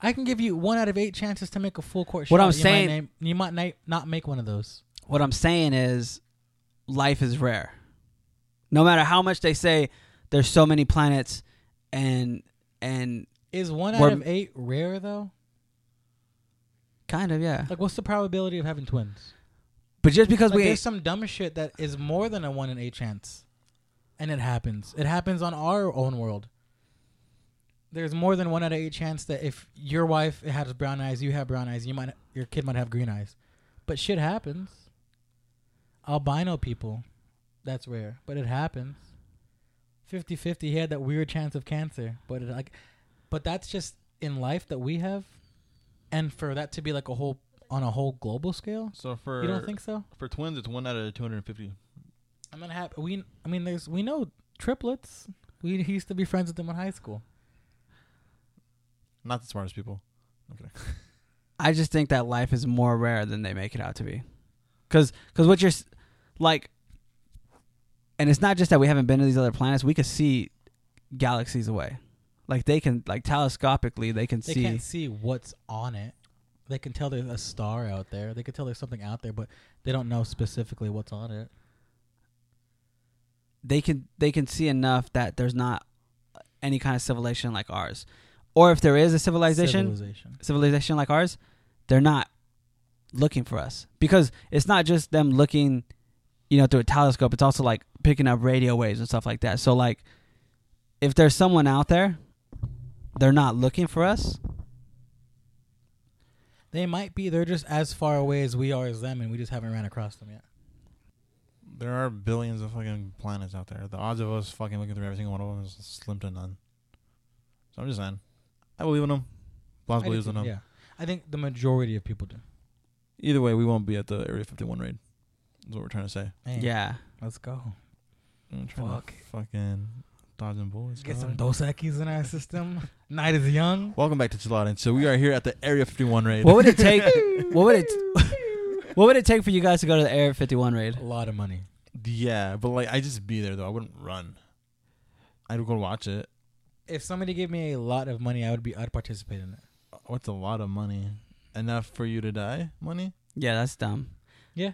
Speaker 2: I can give you one out of eight chances to make a full court shot.
Speaker 3: What I'm
Speaker 2: You might
Speaker 3: saying-
Speaker 2: name- you might na- not make one of those.
Speaker 3: What I'm saying is, life is rare. No matter how much they say there's so many planets, and and
Speaker 2: Is one out
Speaker 3: We're-
Speaker 2: of eight rare though?
Speaker 3: Kind of, yeah.
Speaker 2: Like, what's the probability of having twins?
Speaker 3: But just because
Speaker 2: Like,
Speaker 3: we
Speaker 2: there's some dumb shit that is more than a one in eight chance, and it happens. It happens on our own world. There's more than one out of eight chance that if your wife has brown eyes, you have brown eyes. You might your kid might have green eyes, but shit happens. Albino people, that's rare, but it happens. 50-50, He had that weird chance of cancer, but it, like, but that's just in life that we have, and for that to be like a whole on a whole global scale,
Speaker 1: So for
Speaker 2: you don't think so?
Speaker 1: for twins, it's one out of two hundred and fifty.
Speaker 2: I'm gonna have we. I mean, there's we know triplets. We he used to be friends with them in high school.
Speaker 1: Not the smartest people. Okay.
Speaker 3: I just think that life is more rare than they make it out to be. Cuz cuz what you're s- like and it's not just that we haven't been to these other planets, we could see galaxies away. Like they can like telescopically they can
Speaker 2: They
Speaker 3: see
Speaker 2: can't see what's on it. They can tell there's a star out there. They can tell there's something out there, but they don't know specifically what's on it.
Speaker 3: they can they can see enough that there's not any kind of civilization like ours. Or if there is a civilization,
Speaker 2: Civilization.
Speaker 3: civilization like ours, they're not looking for us because it's not just them looking, you know, through a telescope. It's also like picking up radio waves and stuff like that. So like, if there's someone out there, they're not looking for us.
Speaker 2: They might be. They're just as far away as we are as them, and we just haven't ran across them yet.
Speaker 1: There are billions of fucking planets out there. The odds of us fucking looking through every single one of them is slim to none. So I'm just saying, I believe in them. Blas
Speaker 2: I do
Speaker 1: believes in
Speaker 2: think-
Speaker 1: them.
Speaker 2: Yeah, I think the majority of people do.
Speaker 1: Either way, we won't be at the Area 51 raid. Is what we're trying to say.
Speaker 2: Man,
Speaker 3: Yeah,
Speaker 2: let's go.
Speaker 1: I'm trying
Speaker 2: Fuck.
Speaker 1: to fucking dodge them bullets.
Speaker 2: Get some
Speaker 1: dog.
Speaker 2: Dos Equis in our system. [laughs] Night is young.
Speaker 1: Welcome back to Chiladin. So we are here at the Area 51 raid.
Speaker 3: what would
Speaker 1: [laughs]
Speaker 3: it take? what would it? [laughs] what would it take for you guys to go to the Air 51 raid?
Speaker 2: A lot of money.
Speaker 1: Yeah, but like I just be there though. I wouldn't run. I'd go watch it.
Speaker 2: If somebody gave me a lot of money, I would be. I'd participate in it.
Speaker 1: What's a lot of money? Enough for you to die? Money?
Speaker 3: Yeah, that's dumb.
Speaker 2: Yeah.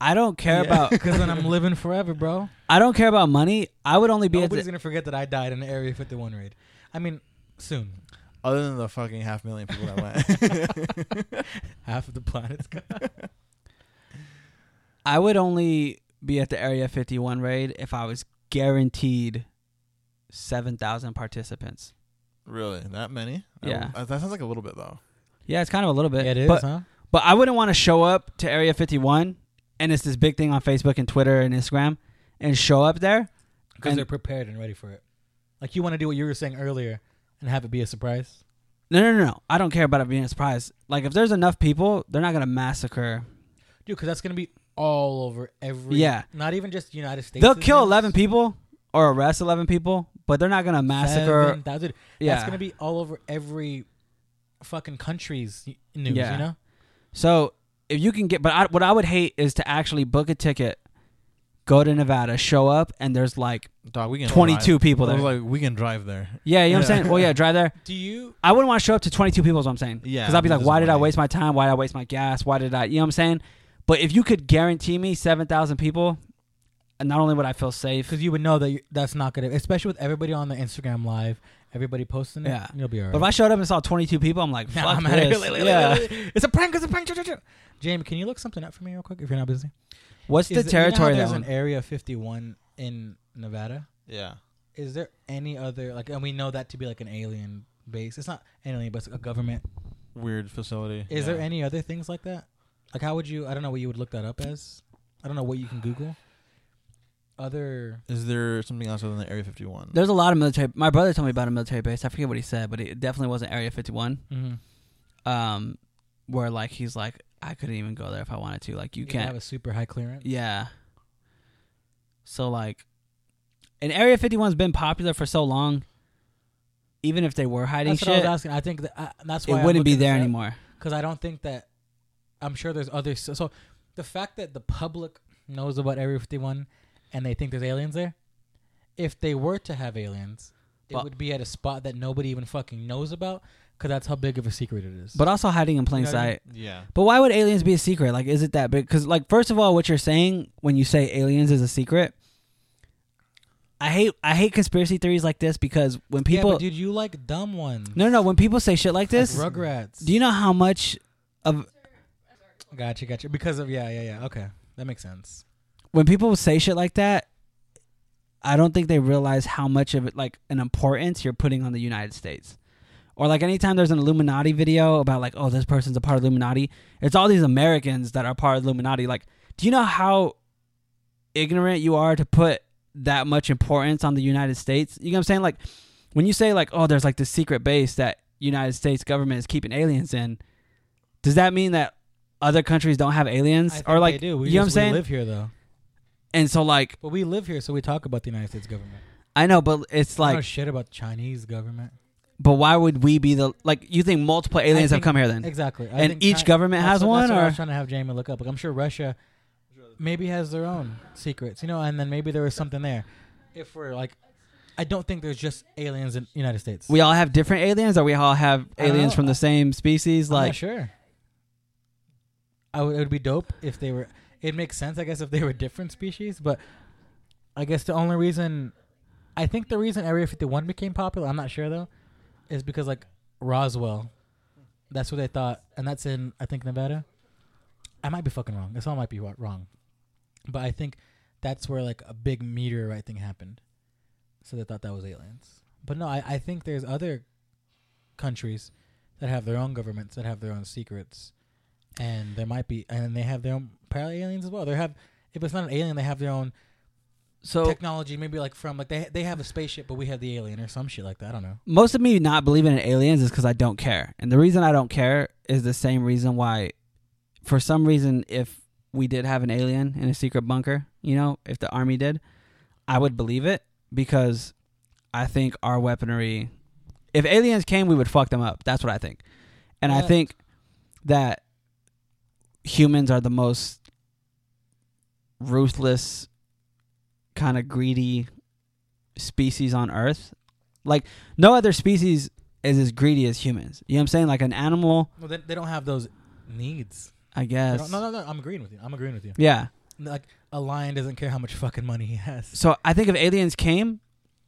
Speaker 3: I don't care
Speaker 1: Yeah.
Speaker 2: [laughs]
Speaker 3: about.
Speaker 2: Because then I'm living forever, bro.
Speaker 3: I don't care about money. I would only [laughs] be at
Speaker 2: Nobody's
Speaker 3: the,
Speaker 2: gonna forget that I died in the Area 51 raid. I mean, soon.
Speaker 1: Other than the fucking half million people
Speaker 2: [laughs]
Speaker 1: that went.
Speaker 2: Half of the planet's gone.
Speaker 3: I would only be at the Area 51 raid if I was guaranteed 7,000 participants.
Speaker 1: really? That many? I-
Speaker 3: Yeah.
Speaker 1: uh, that sounds like a little bit though.
Speaker 3: Yeah, it's kind of a little bit.
Speaker 2: it is,
Speaker 3: But,
Speaker 2: huh?
Speaker 3: but I wouldn't want to show up to Area 51 and it's this big thing on Facebook and Twitter and Instagram and show up there.
Speaker 2: Because
Speaker 3: and-
Speaker 2: they're prepared and ready for it. Like you want to do what you were saying earlier and have it be a surprise.
Speaker 3: No, no, no, no. I don't care about it being a surprise. Like, if there's enough people, they're not going to massacre.
Speaker 2: Dude, because that's gonna be all over every.
Speaker 3: Yeah.
Speaker 2: Not even just United States.
Speaker 3: They'll kill 11 people or arrest 11 people, but they're not going to massacre.
Speaker 2: That's
Speaker 3: yeah.
Speaker 2: gonna be all over every fucking country's y- news.
Speaker 3: Yeah.
Speaker 2: You know.
Speaker 3: So if you can get, but I, what I would hate is to actually book a ticket, go to Nevada, show up, and there's like
Speaker 1: Dog, we can
Speaker 3: 22 people
Speaker 1: Drive. I
Speaker 3: there.
Speaker 1: was like, we can drive there.
Speaker 3: yeah, you know what I'm
Speaker 1: Yeah.
Speaker 3: saying? Well, yeah, drive there.
Speaker 2: Do you?
Speaker 3: I wouldn't want to show up to 22 people, is what I'm saying.
Speaker 1: Yeah,
Speaker 3: Because I'd be
Speaker 1: that
Speaker 3: like, why
Speaker 1: doesn't
Speaker 3: did I
Speaker 1: work.
Speaker 3: waste my time? Why did I waste my gas? Why did I, you know what I'm saying? But if you could guarantee me 7,000 people, not only would I feel safe,
Speaker 2: Because you would know that you, that's not gonna. Especially with everybody on the Instagram live, everybody posting it.
Speaker 3: Yeah.
Speaker 2: You'll be alright.
Speaker 3: but if I showed up and saw 22 people, I'm like, fuck
Speaker 2: Nah, I'm [laughs] outta here.
Speaker 3: this.
Speaker 2: Like, like,
Speaker 3: yeah.
Speaker 2: like, like, It's a prank. It's a prank. Ch- ch- ch- Jamie, can you look something up for me real quick if you're not busy?
Speaker 3: What's the
Speaker 2: Is there- you know how
Speaker 3: territory
Speaker 2: there's
Speaker 3: that
Speaker 2: an
Speaker 3: one?
Speaker 2: Area 51 in Nevada.
Speaker 1: Yeah.
Speaker 2: Is there any other like? And we know that to be like an alien base. It's not an alien, but it's a government.
Speaker 1: Weird facility.
Speaker 2: Is
Speaker 1: Yeah.
Speaker 2: there any other things like that? Like, how would you? I don't know what you would look that up as. I don't know what you can Google. Other
Speaker 1: Is there something else other than the Area 51?
Speaker 3: There's a lot of military. My brother told me about a military base. I forget what he said, but it definitely wasn't Area 51. um where like he's like I couldn't even go there if I wanted to. Like you
Speaker 2: can
Speaker 3: can't.
Speaker 2: have a super high clearance.
Speaker 3: yeah. So like, and Area 51's been popular for so long. Even if they were hiding
Speaker 2: That's what I was asking.
Speaker 3: shit,
Speaker 2: I think that, I, that's why
Speaker 3: it
Speaker 2: I'm
Speaker 3: wouldn't be
Speaker 2: looking this
Speaker 3: there
Speaker 2: up.
Speaker 3: anymore.
Speaker 2: because I don't think that I'm sure there's other so, so the fact that the public knows about Area 51 and they think there's aliens there. If they were to have aliens, it
Speaker 3: But-
Speaker 2: would be at a spot that nobody even fucking knows about because that's how big of a secret it is.
Speaker 3: But also hiding in plain
Speaker 2: You know what I mean?
Speaker 3: sight.
Speaker 1: yeah.
Speaker 3: But why would aliens be a secret? Like, is it that big? Because like, first of all, what you're saying when you say aliens is a secret. I hate I hate conspiracy theories like this because when
Speaker 2: yeah,
Speaker 3: people
Speaker 2: but dude, you like dumb ones.
Speaker 3: no no no when people say shit like
Speaker 2: Like
Speaker 3: this
Speaker 2: Rugrats.
Speaker 3: Do you know how much of
Speaker 2: Gotcha, gotcha. Because of yeah, yeah, yeah. Okay, that makes sense.
Speaker 3: when people say shit like that, I don't think they realize how much of it, like an importance you're putting on the United States. Or like anytime there's an Illuminati video about like, oh, this person's a part of Illuminati, it's all these Americans that are part of Illuminati. Like, do you know how ignorant you are to put that much importance on the United States? You know what I'm saying? Like when you say like, oh, there's like this secret base that United States government is keeping aliens in, does that mean that other countries don't have
Speaker 2: I
Speaker 3: aliens?
Speaker 2: think
Speaker 3: Or like
Speaker 2: they do. We
Speaker 3: you know what I'm
Speaker 2: just-
Speaker 3: saying?
Speaker 2: We live here though,
Speaker 3: and so like
Speaker 2: but we live here, so we talk about the United States government.
Speaker 3: I know, but it's
Speaker 2: I don't know
Speaker 3: like,
Speaker 2: shit about Chinese government.
Speaker 3: but why would we be the like? You think multiple
Speaker 2: think-
Speaker 3: aliens have come here then?
Speaker 2: Exactly. I
Speaker 3: And
Speaker 2: think
Speaker 3: each
Speaker 2: Chi-
Speaker 3: government
Speaker 2: that's
Speaker 3: has
Speaker 2: what- that's
Speaker 3: one,
Speaker 2: what I
Speaker 3: or-
Speaker 2: was trying to have Jamie look up. Like, I'm sure Russia maybe has their own secrets, you know, and then maybe there was something there. If we're like, I don't think there's just aliens in the United States.
Speaker 3: We all have different aliens, or we all have
Speaker 2: I don't
Speaker 3: aliens
Speaker 2: know.
Speaker 3: from the same species?
Speaker 2: I'm
Speaker 3: Like,
Speaker 2: not sure. I would, it would be dope if they were. It makes sense, I guess, if they were different species. But I guess the only reason, I think the reason Area 51 became popular, I'm not sure though, is because like Roswell, that's what they thought, and that's in I think Nevada. I might be fucking wrong. This all might be wa- wrong, but I think that's where like a big meteorite thing happened, so they thought that was aliens. But no, I, I think there's other countries that have their own governments that have their own secrets, and there might be, and they have their own parallel aliens as well. They have, if it's not an alien, they have their own
Speaker 3: so
Speaker 2: technology, maybe like from like they they have a spaceship, but we have the alien or some shit like that. I don't know.
Speaker 3: most of me not believing in aliens is because I don't care, and the reason I don't care is the same reason why, for some reason, if we did have an alien in a secret bunker, you know, if the army did, I would believe it because I think our weaponry, if aliens came, we would fuck them up. That's what I think. And I
Speaker 2: Yeah.
Speaker 3: think that humans are the most ruthless, kind of greedy species on earth. Like, no other species is as greedy as humans. You know what I'm saying? Like, an animal,
Speaker 2: No, they, they don't have those needs.
Speaker 3: I
Speaker 2: They
Speaker 3: guess.
Speaker 2: don't- No, no, no. I'm agreeing with you. I'm agreeing with you.
Speaker 3: Yeah.
Speaker 2: Like a lion doesn't care how much fucking money he has.
Speaker 3: So I think if aliens came,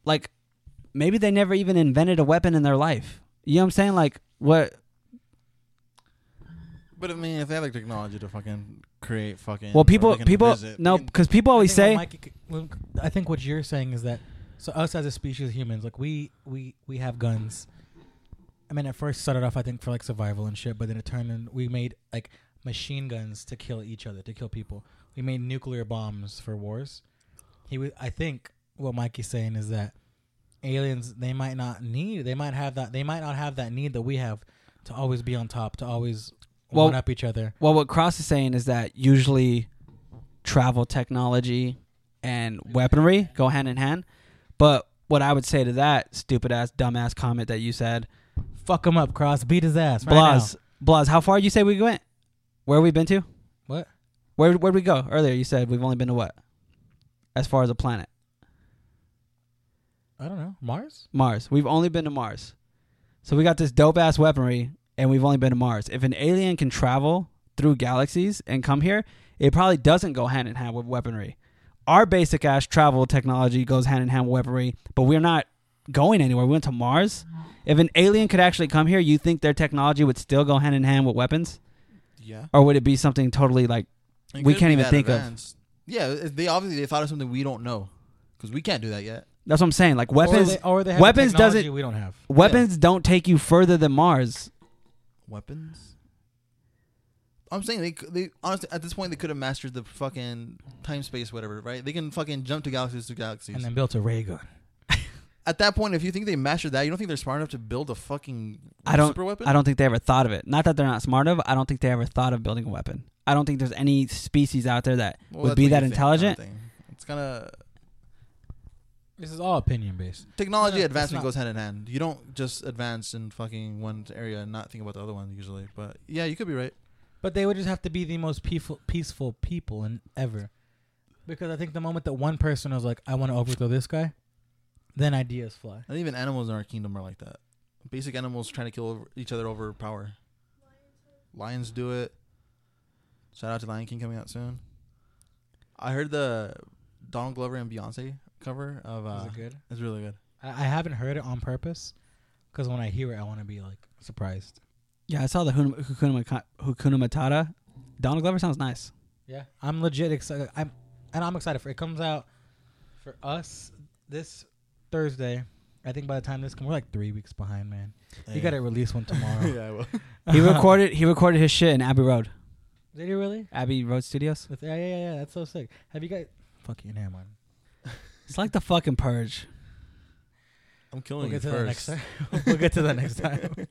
Speaker 3: like maybe they never even invented a weapon in their life. You know what I'm saying? Like what?
Speaker 1: But I mean, if they had like technology to fucking create fucking.
Speaker 3: Well,
Speaker 1: or
Speaker 3: people,
Speaker 1: they can
Speaker 3: people,
Speaker 1: visit,
Speaker 3: no,
Speaker 1: we can-
Speaker 3: because people always
Speaker 2: I
Speaker 3: say,
Speaker 2: think what Mikey c- I think what you're saying is that so us as a species, humans, like we we we have guns. I mean, at first started off, I think for like survival and shit, but then it turned and we made like machine guns to kill each other, to kill people. We made nuclear bombs for wars. He, wa- I think, what Mikey's saying is that aliens they might not need, they might have that, they might not have that need that we have to always be on top, to always
Speaker 3: Well-
Speaker 2: one up each other.
Speaker 3: well, what Cross is saying is that usually travel technology and weaponry go hand in hand. But what I would say to that stupid ass, dumb ass comment that you said,
Speaker 2: Fuck him up, Cross, beat his ass, right now.
Speaker 3: Blas, Blas, how far you say we went? Where have we been to?
Speaker 2: What?
Speaker 3: Where where'd we go earlier? You said we've only been to what? As far as a planet.
Speaker 2: I don't know, Mars.
Speaker 3: Mars. We've only been to Mars. So we got this dope ass weaponry and we've only been to Mars. If an alien can travel through galaxies and come here, it probably doesn't go hand in hand with weaponry. Our basic ass travel technology goes hand in hand with weaponry, but we're not going anywhere. We went to Mars. If an alien could actually come here, you think their technology would still go hand in hand with weapons?
Speaker 1: Yeah.
Speaker 3: Or would it be something totally like
Speaker 1: It
Speaker 3: we
Speaker 1: could
Speaker 3: can't
Speaker 1: be
Speaker 3: even
Speaker 1: that
Speaker 3: think of.
Speaker 1: advanced. Yeah, it- they obviously they thought of something we don't know, because we can't do that yet.
Speaker 3: that's what I'm saying. Like weapons
Speaker 2: or they, or they have weapons
Speaker 3: weapons doesn't-
Speaker 2: doesn't we don't have.
Speaker 3: weapons don't take you further than Mars.
Speaker 1: Weapons. I'm saying they c- they honestly at this point they could have mastered the fucking time space whatever right. They can fucking jump to galaxies to galaxies.
Speaker 2: And then built a ray gun.
Speaker 1: at that point, if you think they mastered that, you don't think they're smart enough to build a fucking
Speaker 3: I don't-
Speaker 1: super weapon.
Speaker 3: I don't think they ever thought of it. Not that they're not smart of. I don't think they ever thought of building a weapon. I don't think there's any species out there that
Speaker 1: Well,
Speaker 3: would
Speaker 1: that's
Speaker 3: be
Speaker 1: what
Speaker 3: that
Speaker 1: you think,
Speaker 3: intelligent.
Speaker 1: kinda thing. It's kind of
Speaker 2: This is all opinion based.
Speaker 1: technology
Speaker 2: No, it's
Speaker 1: advancement
Speaker 2: not.
Speaker 1: goes hand in hand. You don't just advance in fucking one area and not think about the other one usually. But yeah, you could be right.
Speaker 2: But they would just have to be the most peaceful peaceful people in ever. Because I think the moment that one person was like, I want to overthrow this guy, then ideas fly.
Speaker 1: Not even animals in our kingdom are like that. Basic animals trying to kill over, each other over power. Lions do it. Shout out to Lion King coming out soon. I heard the Donald Glover and Beyonce cover of. Uh,
Speaker 2: Is it good?
Speaker 1: It's really good.
Speaker 2: I, I haven't heard it on purpose because when I hear it, I want to be like surprised.
Speaker 3: Yeah, I saw the Hakuna, Hakuna, Maka- Hakuna Matata. Donald Glover
Speaker 1: [laughs]
Speaker 3: sounds nice.
Speaker 2: Yeah, I'm legit excited. I'm and I'm excited for it. it. Comes out for us this Thursday. I think by the time this comes, we're like three weeks behind, man. You got to release one
Speaker 1: [laughs]
Speaker 2: tomorrow.
Speaker 1: yeah,
Speaker 2: [laughs]
Speaker 1: I will.
Speaker 3: He recorded he recorded his shit in Abbey Road,
Speaker 2: Did you really?
Speaker 3: Abbey Road Studios.
Speaker 2: With- yeah, yeah, yeah. That's so sick. Have you guys? Fuck you, never mind.
Speaker 3: It's like the fucking purge.
Speaker 1: I'm
Speaker 2: We'll
Speaker 1: killing
Speaker 2: get to
Speaker 1: you
Speaker 2: that next
Speaker 1: first.
Speaker 2: time.
Speaker 1: [laughs]
Speaker 2: [laughs] we'll get to that next time. [laughs]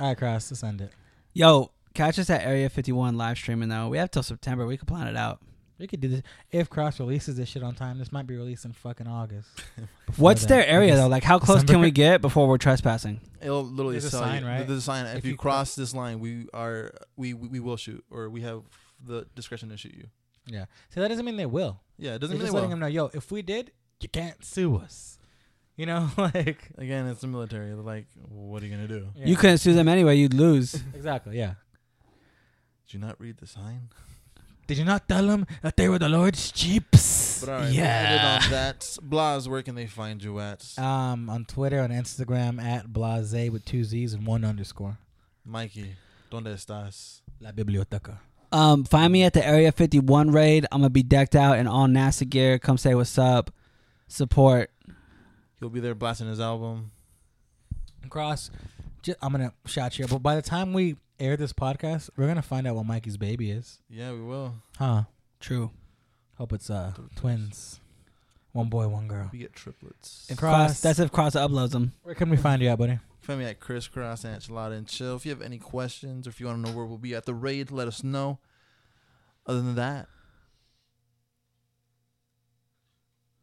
Speaker 2: All right, Cross, let's end it.
Speaker 3: Yo, catch us at Area 51 live streaming though. We have till September. We could plan it out.
Speaker 2: We could do this if Cross releases this shit on time. This might be released in fucking August. Before
Speaker 3: What's
Speaker 2: that,
Speaker 3: their area
Speaker 2: I
Speaker 3: though?
Speaker 2: guess.
Speaker 3: Like how close can
Speaker 2: December.
Speaker 3: we get before we're trespassing?
Speaker 1: It'll literally
Speaker 2: There's a
Speaker 1: sell
Speaker 2: sign,
Speaker 1: you.
Speaker 2: right?
Speaker 1: There's a sign. If,
Speaker 2: If
Speaker 1: you,
Speaker 2: you cro-
Speaker 1: cross this line, we are we, we we will shoot, or we have the discretion to shoot you.
Speaker 2: Yeah. So that doesn't mean they will.
Speaker 1: Yeah, it
Speaker 2: They're
Speaker 1: doesn't mean
Speaker 2: just
Speaker 1: they
Speaker 2: letting
Speaker 1: will.
Speaker 2: them know, yo, if we did, you can't sue us. You know, [laughs] like
Speaker 1: Again, it's the military. They're like, what are you gonna do?
Speaker 2: yeah.
Speaker 3: You couldn't sue them anyway. You'd lose.
Speaker 2: exactly, yeah.
Speaker 1: Did you not read the sign?
Speaker 2: Did you not tell them that they were the Lord's jeeps?
Speaker 1: But all right, we
Speaker 3: Yeah.
Speaker 1: ended on that. Blas, where can they find you at?
Speaker 2: Um, on Twitter, on Instagram at Blase with two Z's and one underscore.
Speaker 1: Mikey, donde estás?
Speaker 2: La biblioteca.
Speaker 3: Um, find me at the Area 51 raid. I'm gonna be decked out in all NASA gear. Come say what's up. Support.
Speaker 1: He'll be there blasting his album.
Speaker 2: Cross. Just, I'm gonna shout you, up, but by the time we air this podcast, we're gonna find out what Mikey's baby is.
Speaker 1: Yeah, we will.
Speaker 2: Huh?
Speaker 3: True.
Speaker 2: Hope it's uh twins, one boy, one girl.
Speaker 1: We get triplets.
Speaker 2: If-
Speaker 3: Cross.
Speaker 2: Cross.
Speaker 3: That's if Cross uploads them.
Speaker 2: Where can we find you at, buddy?
Speaker 1: Find me at crisscross and enchilada and chill. If you have any questions or if you want to know where we'll be at the raid, let us know. Other than that,